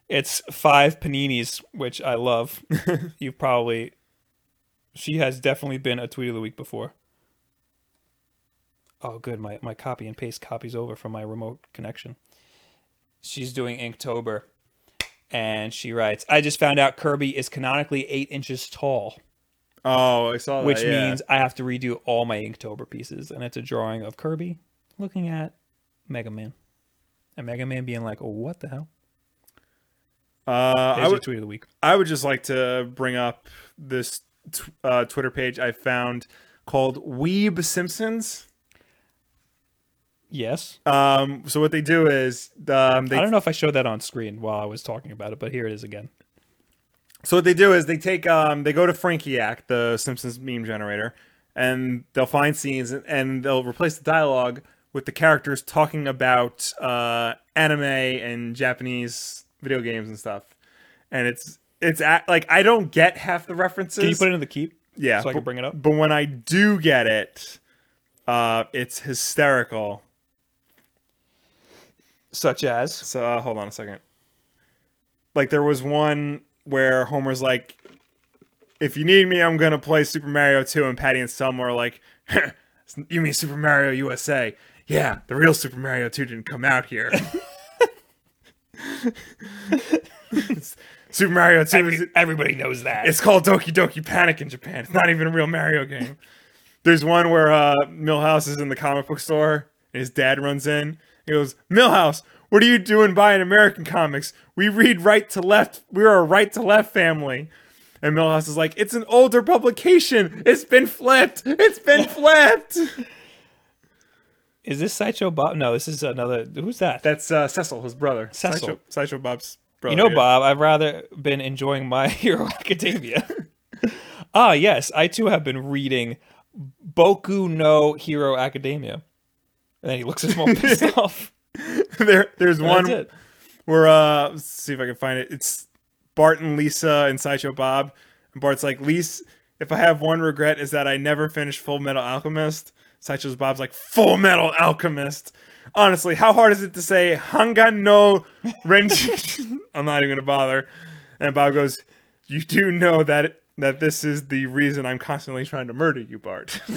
It's five paninis, which I love. you probably, she has definitely been a tweet of the week before. Oh, good. My my copy and paste copies over from my remote connection. She's doing Inktober, and she writes, "I just found out Kirby is canonically eight inches tall." Oh, I saw that. which yeah. means I have to redo all my Inktober pieces, and it's a drawing of Kirby looking at Mega Man, and Mega Man being like, "Oh, what the hell?" uh, I There's your would tweet of the week. I would just like to bring up this tw- uh, Twitter page I found called Weeb Simpsons. Yes, Um, so what they do is um, I they don't know if I showed that on screen while I was talking about it, but here it is again. So what they do is they take um they go to Frankiac, the Simpsons meme generator, and they'll find scenes and- and they'll replace the dialogue with the characters talking about uh anime and Japanese video games and stuff. And it's it's a like I don't get half the references. Can you put it in the keep? yeah, so I but, can bring it up? But when I do get it, uh it's hysterical. Such as So uh, hold on a second. Like there was one where Homer's like, "If you need me, I'm gonna play Super Mario 2," and Patty and Selma are like, [LAUGHS] "You mean Super Mario USA? Yeah, the real Super Mario 2 didn't come out here." [LAUGHS] Super Mario 2 is everybody knows that. it's called Doki Doki Panic in Japan. It's not even a real Mario game. There's one where uh, Millhouse is in the comic book store and his dad runs in. He goes, Millhouse, what are you doing buying American comics? We read right to left. We're a right to left family. And Millhouse is like, it's an older publication. It's been flipped. It's been flipped. Is this Sideshow Bob? No, this is another. Who's that? That's uh, Cecil, his brother. Cecil. Sideshow, Sideshow Bob's brother. you know, Oh, yeah. Bob. I've rather been enjoying my [LAUGHS] Hero Academia. ah, yes, I too have been reading Boku no Hero Academia. And then he looks at him all pissed [LAUGHS] off. there, there's one. That's it. We're uh let's see if I can find it. It's Bart and Lisa and Sideshow Bob. And Bart's like, Lisa, if I have one regret is that I never finished Full Metal Alchemist. Sideshow Bob's like, Full Metal Alchemist. Honestly, how hard is it to say Hanga no Renji? [LAUGHS] I'm not even gonna bother. And Bob goes, You do know that that this is the reason I'm constantly trying to murder you, Bart. [LAUGHS]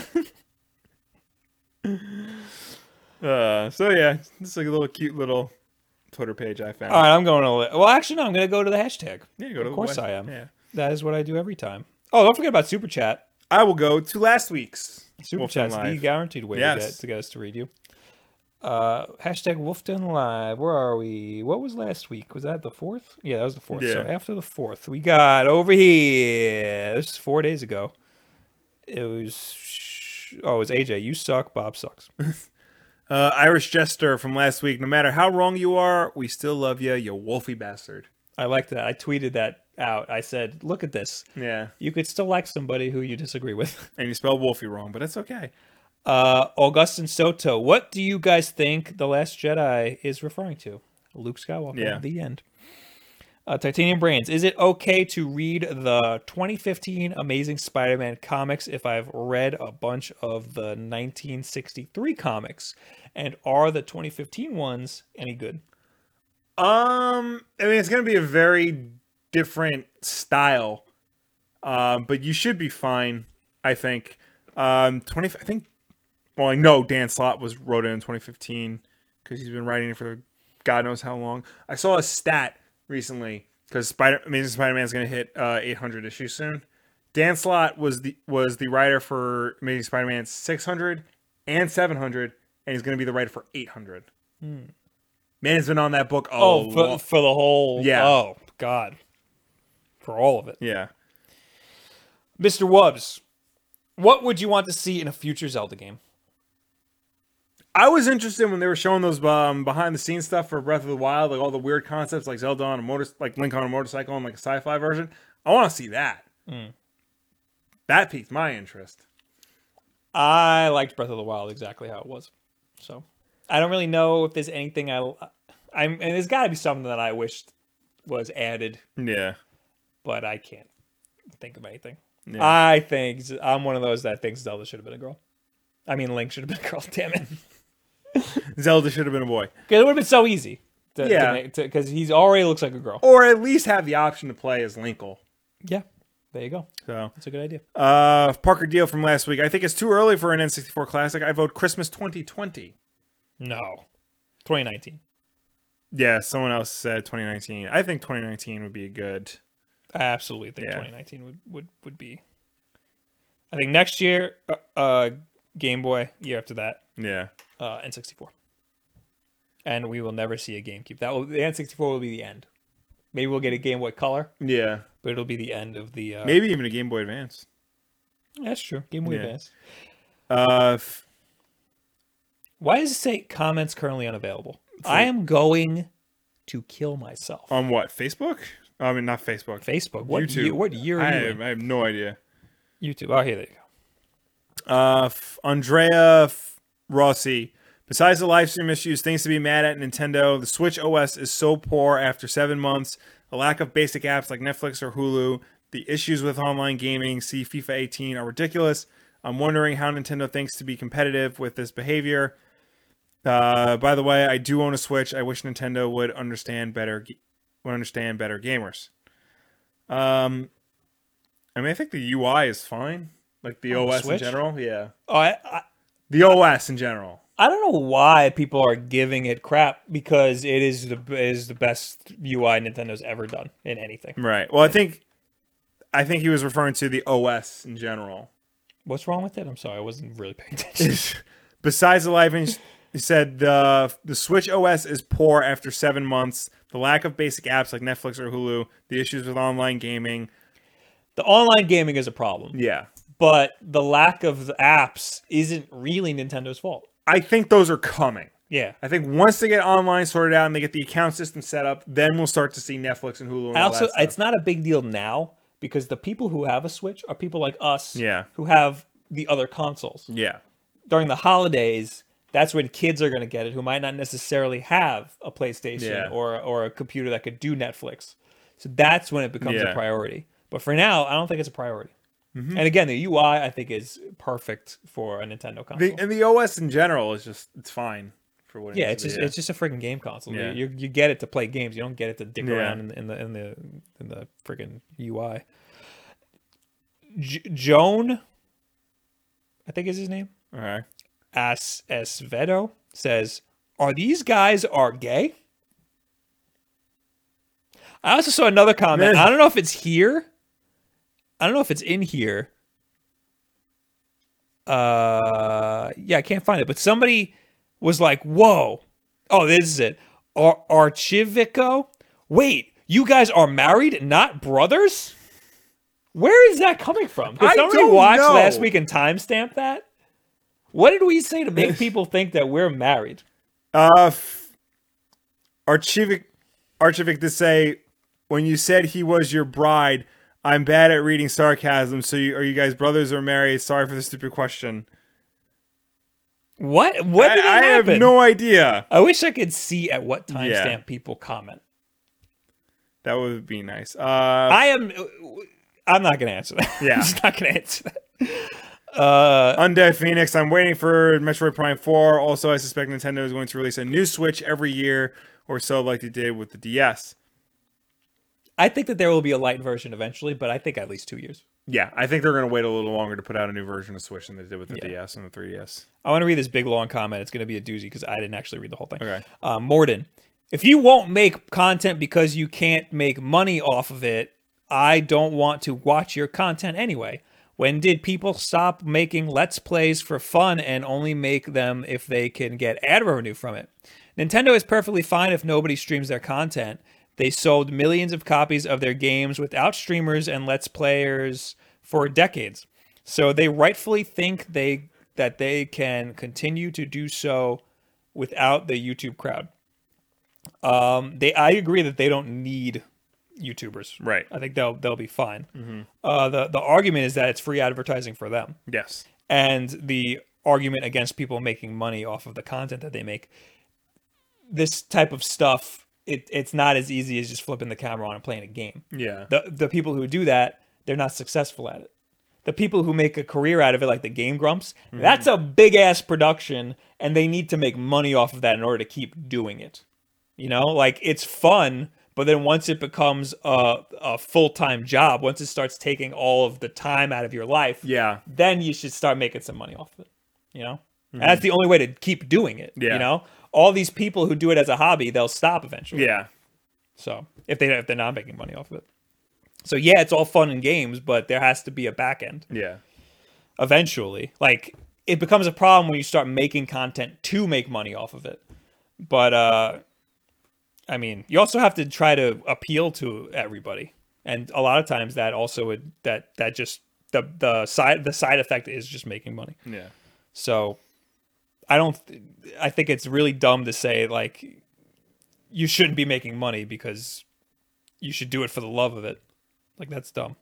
uh, so yeah, it's like a little cute little Twitter page I found. All right, I'm going to. Li- well, actually, no, I'm going to go to the hashtag. Yeah, go to Uh, of the course web- I am. Yeah. That is what I do every time. Oh, don't forget about Super Chat. I will go to last week's Super Wolfden Chat's the Live. guaranteed way to, Yes. get, to get us to read you. Uh, hashtag Wolfden Live. Where are we? What was last week? Was that the fourth? Yeah, that was the fourth. So Yeah. after the fourth, we got over here. This is four days ago. It was. Oh, it was AJ. You suck. Bob sucks. Uh, Irish Jester from last week. No matter how wrong you are, we still love you, you wolfy bastard. I liked that. I tweeted that out. I said, look at this. Yeah, You could still like somebody who you disagree with. [LAUGHS] and you spelled wolfy wrong, but that's okay. Uh, Augustin Soto, what do you guys think The Last Jedi is referring to? Luke Skywalker, Yeah. the end. Uh, Titanium Brains, is it okay to read the 2015 Amazing Spider Man comics if I've read a bunch of the 1963 comics? And are the 2015 ones any good? Um, I mean, it's going to be a very different style, um, but you should be fine, I think. Um, twenty, I think. Well, I know Dan Slott was wrote it in 2015 because he's been writing it for God knows how long. I saw a stat recently because Spider Amazing Spider-Man's going to hit uh, 800 issues soon. Dan Slott was the was the writer for Amazing Spider-Man 600 and 700, and he's going to be the writer for 800. Man has been on that book. Oh, Oh, for, for the whole. Yeah. Oh God. For all of it, yeah. Mr. Wubbs, what would you want to see in a future Zelda game? I was interested when they were showing those um, behind the scenes stuff for Breath of the Wild, like all the weird concepts, like Zelda on a motor, like Link on a motorcycle, and like a sci-fi version. I want to see that. That piqued my interest. I liked Breath of the Wild exactly how it was. So I don't really know if there's anything I, I'm, and there's got to be something that I wished was added, Yeah, but I can't think of anything. Yeah. I think Z- I'm one of those that thinks Zelda should have been a girl. I mean, Link should have been a girl. [LAUGHS] Damn it, Zelda should have been a boy, 'Cause it would have been so easy. To, Yeah. Oh. because he's already looks like a girl. or at least have the option to play as Linkle. Yeah, there you go. So, That's a good idea. uh, Parker Deal from last week. I think it's too early for an N64 classic. I vote Christmas 2020. No, 2019. Yeah, someone else said 2019. I think 2019 would be a good. I absolutely think Yeah. 2019 would, would would be. I think next year, uh, uh, Game Boy. Year after that, Yeah, uh, N64. And we will never see a GameCube. That will, the N64 will be the end. Maybe we'll get a Game Boy Color, yeah. but it'll be the end of the. Uh, Maybe even a Game Boy Advance. That's true. Game Boy Yeah. Advance. Uh, f- Why does it say comments currently unavailable? I am going to kill myself. on what Facebook? I mean, not Facebook. Facebook. What YouTube. year? What year I are you have, I have no idea. in? YouTube. Oh, here there you go. Uh, f- Andrea f- Rossi. Besides the live stream issues, things to be mad at Nintendo. The Switch OS is so poor after seven months. The lack of basic apps like Netflix or Hulu. The issues with online gaming, see FIFA 18, are ridiculous. I'm wondering how Nintendo thinks to be competitive with this behavior. Uh, by the way, I do own a Switch. I wish Nintendo would understand better. Would understand better gamers. Um, I mean, I think the UI is fine. Like Oh, the On the OS in Switch? general, yeah. Oh, I, I The OS in general. I don't know why people are giving it crap because it is the it is the best UI Nintendo's ever done in anything. Right. Well, I think I think he was referring to the OS in general. [LAUGHS] What's wrong with it? I'm sorry, I wasn't really paying attention. Besides the live, ins- he said the the Switch OS is poor after seven months. The lack of basic apps like Netflix or Hulu. The issues with online gaming. the online gaming is a problem, Yeah, but the lack of the apps isn't really Nintendo's fault. I think those are coming. Yeah. I think once they get online sorted out and they get the account system set up, then we'll start to see Netflix and Hulu. And I all also that stuff. it's not a big deal now because the people who have a Switch are people like us Yeah. who have the other consoles. yeah, During the holidays, that's when kids are going to get it who might not necessarily have a PlayStation Yeah. or or a computer that could do Netflix. So that's when it becomes Yeah. Mm-hmm. a priority. But for now, I don't think it's a priority. And again, the UI I think is perfect for a Nintendo console. the, and the OS in general is just it's fine for what. It Yeah, it's needs to just be, it's just a freaking game console. Yeah. You, you you get it to play games. You don't get it to dick Yeah. around in, the- in the in the in the freaking UI. J- Joan, I think is his name. all right. As Esvedo says, "Are these guys are gay?" I also saw another comment. I don't know if it's here. I don't know if it's in here. Uh, yeah, I can't find it. But somebody was like, "Whoa, oh, this is it." Ar- Archivico, wait, you guys are married, not brothers. Where is that coming from? Did I somebody don't watch know. last week and timestamp that? What did we say to [LAUGHS] make people think that we're married? Uh, f- Archivik, Archivik to say, when you said he was your bride, I'm bad at reading sarcasm. So you, are you guys brothers or married? Sorry for the stupid question. What? What I, did it I have happen? no idea. I wish I could see at what timestamp Yeah. people comment. That would be nice. Uh, I am. [LAUGHS] I'm not going to answer that. Yeah. I'm just not going to answer that. Uh, Undead Phoenix. I'm waiting for Metroid Prime 4. Also, I suspect Nintendo is going to release a new Switch every year or so, like they did with the DS. I think that there will be a light version eventually, but I think at least two years. Yeah, I think they're going to wait a little longer to put out a new version of Switch than they did with the Yeah. DS and the 3DS. I want to read this big long comment. It's going to be a doozy because I didn't actually read the whole thing. Okay. Uh, Morden, if you won't make content because you can't make money off of it, I don't want to watch your content anyway. When did people stop making Let's Plays for fun and only make them if they can get ad revenue from it? Nintendo is perfectly fine if nobody streams their content. They sold millions of copies of their games without streamers and Let's Players for decades. So they rightfully think they that they can continue to do so without the YouTube crowd. Um, they I agree that they don't need YouTubers. Right. I think they'll they'll be fine. Uh, the the argument is that it's free advertising for them, Yes. and the argument against people making money off of the content that they make. This type of stuff, it, it's not as easy as just flipping the camera on and playing a game Yeah. the the people who do that they're not successful at it the people who make a career out of it like the game grumps Mm-hmm. that's a big ass production and they need to make money off of that in order to keep doing it you know like it's fun but then once it becomes a, a full-time job once it starts taking all of the time out of your life Yeah. then you should start making some money off of it. You know, and that's the only way to keep doing it. Mm-hmm. Yeah. You know, all these people who do it as a hobby, they'll stop eventually. Yeah. So if they if they're not making money off of it, so yeah, it's all fun and games, but there has to be a back end Yeah. eventually. Like it becomes a problem when you start making content to make money off of it. But uh I mean, you also have to try to appeal to everybody. And a lot of times that also would that that just the the side the side effect is just making money. Yeah. So I don't I think it's really dumb to say like you shouldn't be making money because you should do it for the love of it. Like that's dumb.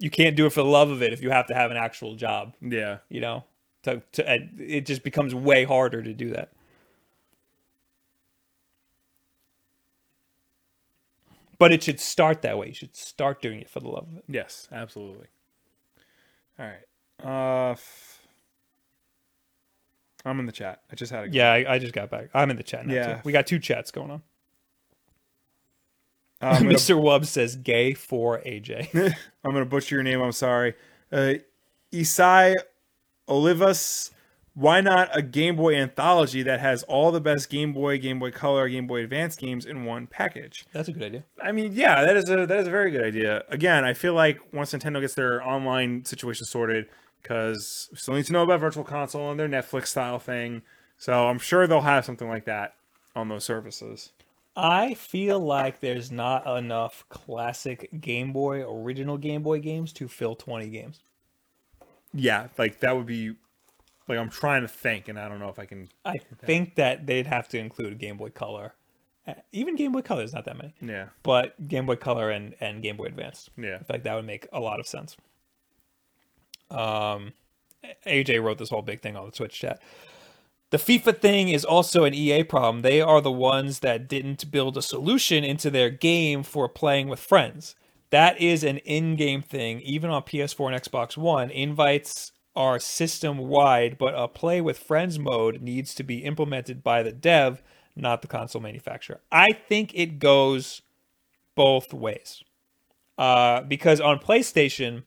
You can't do it for the love of it if you have to have an actual job, Yeah. you know. To, to and it just becomes way harder to do that. But it should start that way. You should start doing it for the love of it. Yes, absolutely. All right. Uh, f- I'm in the chat. I just had a Yeah, I, I just got back. I'm in the chat now. Yeah. Too. We got two chats going on. Uh, [LAUGHS] I'm, gonna, Mr. Wub says gay for [LAUGHS] AJ. I'm gonna butcher your name. I'm sorry. Uh, Isai Olivas. Why not a Game Boy anthology that has all the best Game Boy, Game Boy Color, Game Boy Advance games in one package? That's a good idea. I mean, yeah, that is a that is a very good idea. Again, I feel like once Nintendo gets their online situation sorted, because we still need to know about Virtual Console and their Netflix style thing, so I'm sure they'll have something like that on those services. I feel like there's not enough classic Game Boy, original Game Boy games to fill 20 games. Yeah, like that would be like I'm trying to think, and I don't know if I can. I think that they'd have to include Game Boy Color. Uh, Even Game Boy Color is not that many, Yeah, but Game Boy Color and, and Game Boy Advance. yeah, I feel like that would make a lot of sense. Um, AJ wrote this whole big thing on the Twitch chat. The FIFA thing is also an EA problem. They are the ones that didn't build a solution into their game for playing with friends. That is an in game thing, even on PS4 and Xbox One. Invites are system wide, but a play with friends mode needs to be implemented by the dev, not the console manufacturer. I think it goes both ways. Uh, because on PlayStation,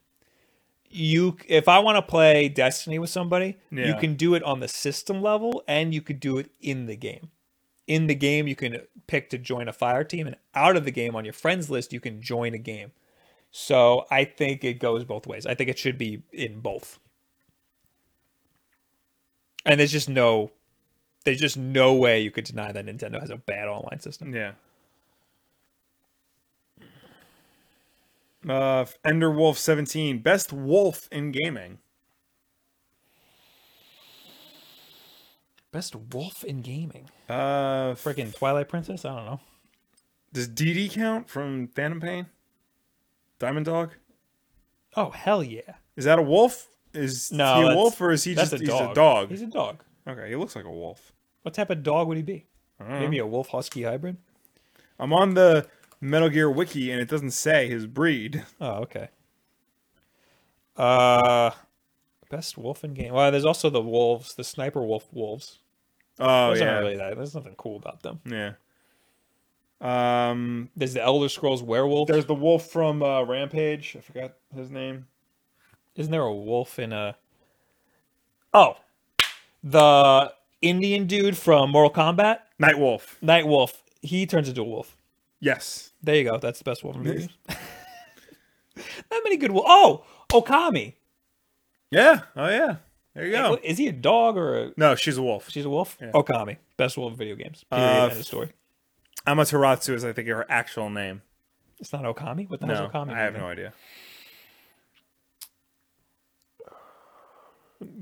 you if I want to play Destiny with somebody, you Yeah. can do it on the system level and you could do it in the game. In the game, you can pick to join a fire team, and out of the game on your friends list, you can join a game. So I think it goes both ways. I think it should be in both. And there's just no there's just no way you could deny that Nintendo has a bad online system. yeah. Uh, Ender Wolf 17, best wolf in gaming. Best wolf in gaming. Uh, Freaking Twilight Princess? I don't know. does DD count from Phantom Pain? Diamond Dog. Oh hell yeah! Is that a wolf? Is No, he a that's- wolf or is he That's just a he's dog. a dog? He's a dog. Okay, he looks like a wolf. What type of dog would he be? I don't know. Maybe a wolf husky hybrid. I'm on the Metal Gear wiki and it doesn't say his breed. Oh okay. Oh, Uh, Best wolf in game. Well, there's also the wolves, the sniper wolf wolves. [LAUGHS] Oh Those yeah, aren't really that. There's nothing cool about them. yeah. Um, There's the Elder Scrolls werewolf. there's the wolf from uh, Rampage. I forgot his name. Isn't there a wolf in a? Oh, the Indian dude from Mortal Kombat, Night Wolf. Night Wolf. He turns into a wolf. Yes. There you go. That's the best wolf. in video games. [LAUGHS] Not many good. Wolf. Oh, Okami. Yeah. Oh yeah. There you go. What- Is he a dog or a? No, she's a wolf. She's a wolf. Okami, best wolf in video games. Period. Uh, End of story. Amaterasu is, I think, her actual name. It's not Okami. What the hell's No, Okami? I have mean? no idea.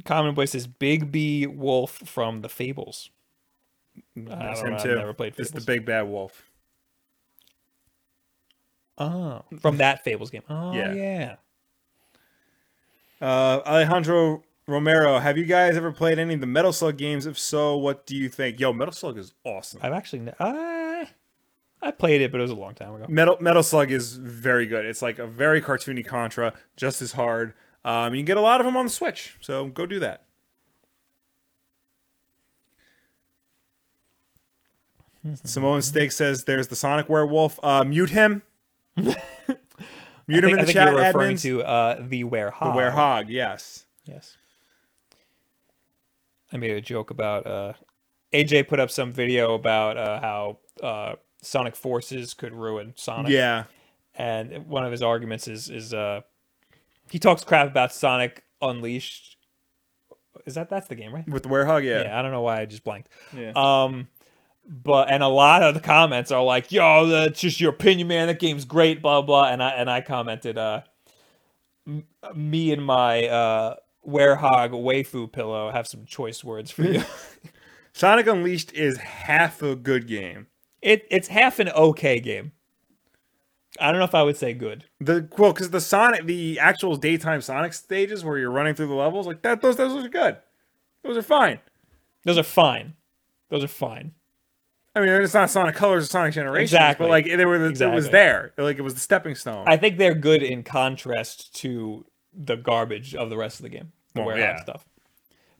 commonplace is Big B Wolf from the Fables. That's don't know, him I've too. never played it's the Fables. big bad wolf. Oh, from that Fables game. Oh Yeah. yeah. Uh, Alejandro Romero, have you guys ever played any of the Metal Slug games? If so, what do you think? Yo, Metal Slug is awesome. I've actually ne- I I played it, but it was a long time ago. Metal Metal Slug is very good. It's like a very cartoony Contra, just as hard. Um, you can get a lot of them on the Switch, so go [LAUGHS] do that. Samoan Steak says there's the Sonic werewolf. Uh, mute [LAUGHS] him. mute I him think, in I the think chat. you're referring admins. to uh, the Werehog. Where hog, yes. Yes. I made a joke about uh, AJ put up some video about uh, how uh, Sonic Forces could ruin Sonic. Yeah. and one of his arguments is is uh he talks crap about Sonic Unleashed. Is that that's the game, right? With the werehog, yeah. Uh, Yeah, I don't know why I just blanked. Yeah. Um but and a lot of the comments are like, "Yo, that's just your opinion, man. That game's great, blah blah." And I and I commented uh m- me and my uh werehog waifu pillow have some choice words for you. Sonic Unleashed is half a good game. it it's half an okay game. I don't know if I would say good. The well, because the Sonic, the actual daytime Sonic stages where you're running through the levels, like that, those those are good. Those are fine. Those are fine. Those are fine. I mean, it's not Sonic Colors or Sonic Generations, Exactly. but like they were, the, it was Exactly. there. Like it was the stepping stone. I think they're good in contrast to the garbage of the rest of the game, the Well, warehouse yeah. stuff.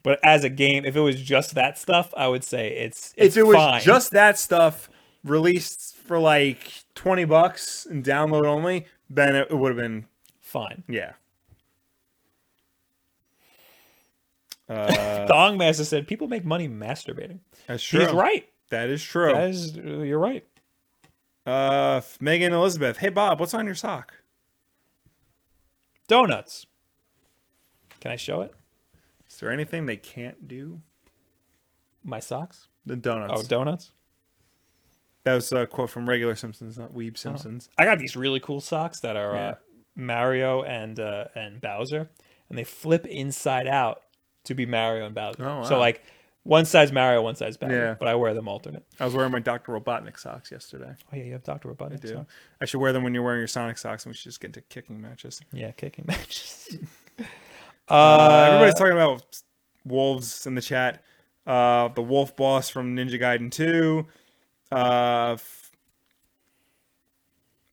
But as a game, if it was just that stuff, I would say it's it's if it was fine. just that stuff released for like twenty bucks and download only, then it would have been fine. yeah. [LAUGHS] Uh, Thong Master said people make money masturbating. that's true. He's right. That is true. That is, you're right. Uh, Megan Elizabeth. Hey Bob, what's on your sock? Donuts. Can I show it? Is there anything they can't do? My socks. The donuts. Oh, donuts. that was a quote from regular Simpsons, not Oh. Weeb Simpsons. I got these really cool socks that are Yeah. uh, Mario and uh, and Bowser, and they flip inside out to be Mario and Bowser. Oh, So wow. like one side's Mario, one side's Bowser, Yeah. but I wear them alternate. I was wearing my Dr. Robotnik socks yesterday. Oh yeah, you have Doctor Robotnik. I Do I should wear them when you're wearing your Sonic socks, and we should just get into kicking matches. Yeah, kicking [LAUGHS] matches. uh, Uh, everybody's talking about wolves in the chat. Uh, the wolf boss from Ninja Gaiden 2. Uh, f-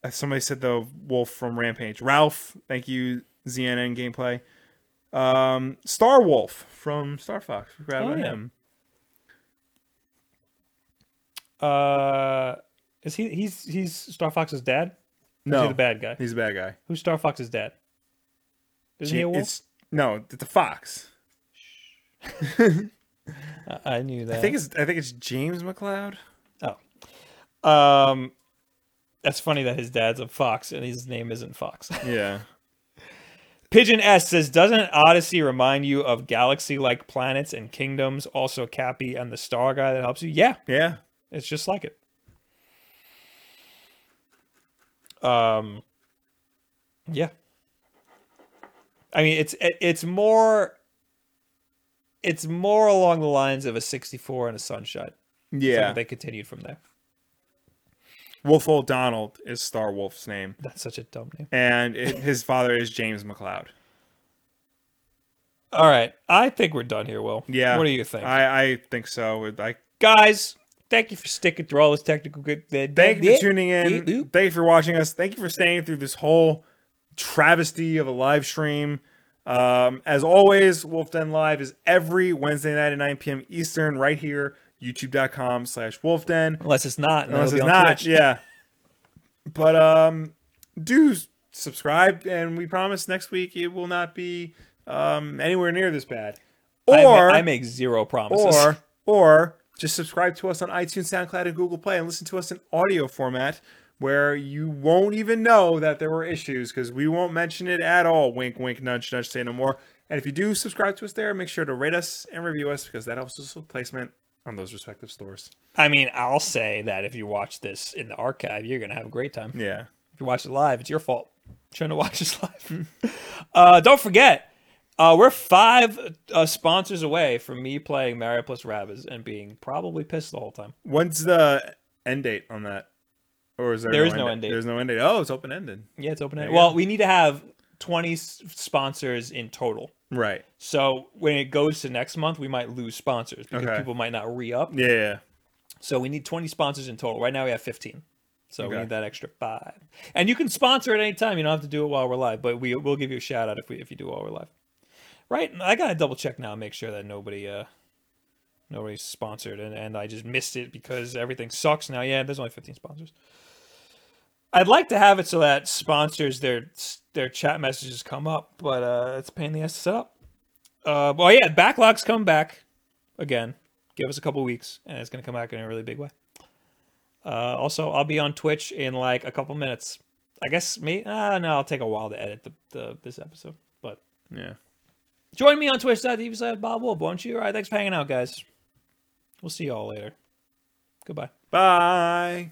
uh, somebody said the wolf from Rampage. Ralph, thank you, ZNN gameplay. Um, Star Wolf from Star Fox. Forgot Oh, about yeah. him. uh, is he he's he's Star Fox's dad? Or is he No, the bad guy. he's a bad guy. Who's Star Fox's dad? Isn't he a wolf? It's no, it's a fox. I, I knew that. I think it's I think it's James McLeod. oh, um, that's funny that his dad's a fox and his name isn't Fox. Yeah. Pigeon S says, "Doesn't Odyssey remind you of galaxy-like planets and kingdoms? Also, Cappy and the Star Guy that helps you. Yeah, Yeah. it's just like it." Um, yeah. I mean, it's it, it's more. It's more along the lines of a '64 and a Sunshine. Yeah. they continued from there. Wolf O'Donnell is Star Wolf's name. That's such a dumb name. and it, his father is James McLeod. All right, I think we're done here. Will. Yeah. What do you think? I, I think so. I guys thank you for sticking through all this technical good thank you for tuning in. Thank you for watching us. Thank you for staying through this whole travesty of a live stream. Um, as always, Wolf Den Live is every Wednesday night at 9 p.m. Eastern, right here, youtube.com slash Wolf Den. Unless it's not. and then Unless it'll it's be on not, Twitch. yeah. But um, do s- subscribe, and we promise next week it will not be um, anywhere near this bad. I ma- Or I, make zero promises. or or just subscribe to us on iTunes, SoundCloud, and Google Play, and listen to us in audio format where you won't even know that there were issues because we won't mention it at all. Wink, wink, nudge, nudge. Say no more. And if you do subscribe to us there, make sure to rate us and review us because that helps us with placement on those respective stores. I mean, I'll say that if you watch this in the archive, you're gonna have a great time. Yeah. If you watch it live, it's your fault. Trying to watch this live. [LAUGHS] uh, don't forget, uh, we're five uh, sponsors away from me playing Mario plus Rabbids and being probably pissed the whole time. When's the end date on that? Or is there? There is no end date. There's no end date. Oh, it's open ended. Yeah, it's open There ended. you Well, go. we need to have 20 s- sponsors in total. Right. So when it goes to next month, we might lose sponsors because Okay. people might not re up. Yeah. yeah. So we need 20 sponsors in total. Right now we have 15. So we Okay. need that extra five. And you can sponsor at any time. You don't have to do it while we're live, but we will give you a shout out if we if you do while we're live. Right? And I gotta double check now and make sure that nobody uh nobody's sponsored and, and I just missed it because everything sucks now. Yeah, there's only 15 sponsors. I'd like to have it so that sponsors their their chat messages come up, but uh it's a pain in the ass to set up. Uh well yeah, backlogs come back again. Give us a couple weeks, and it's going to come back in a really big way. Uh, also, I'll be on Twitch in like a couple minutes. I guess me. Uh, no, I'll take a while to edit the, the this episode. But Yeah. join me on Twitch.tv slash Bob Wolf, won't you? All right, thanks for hanging out, guys. We'll see you all later. Goodbye. Bye.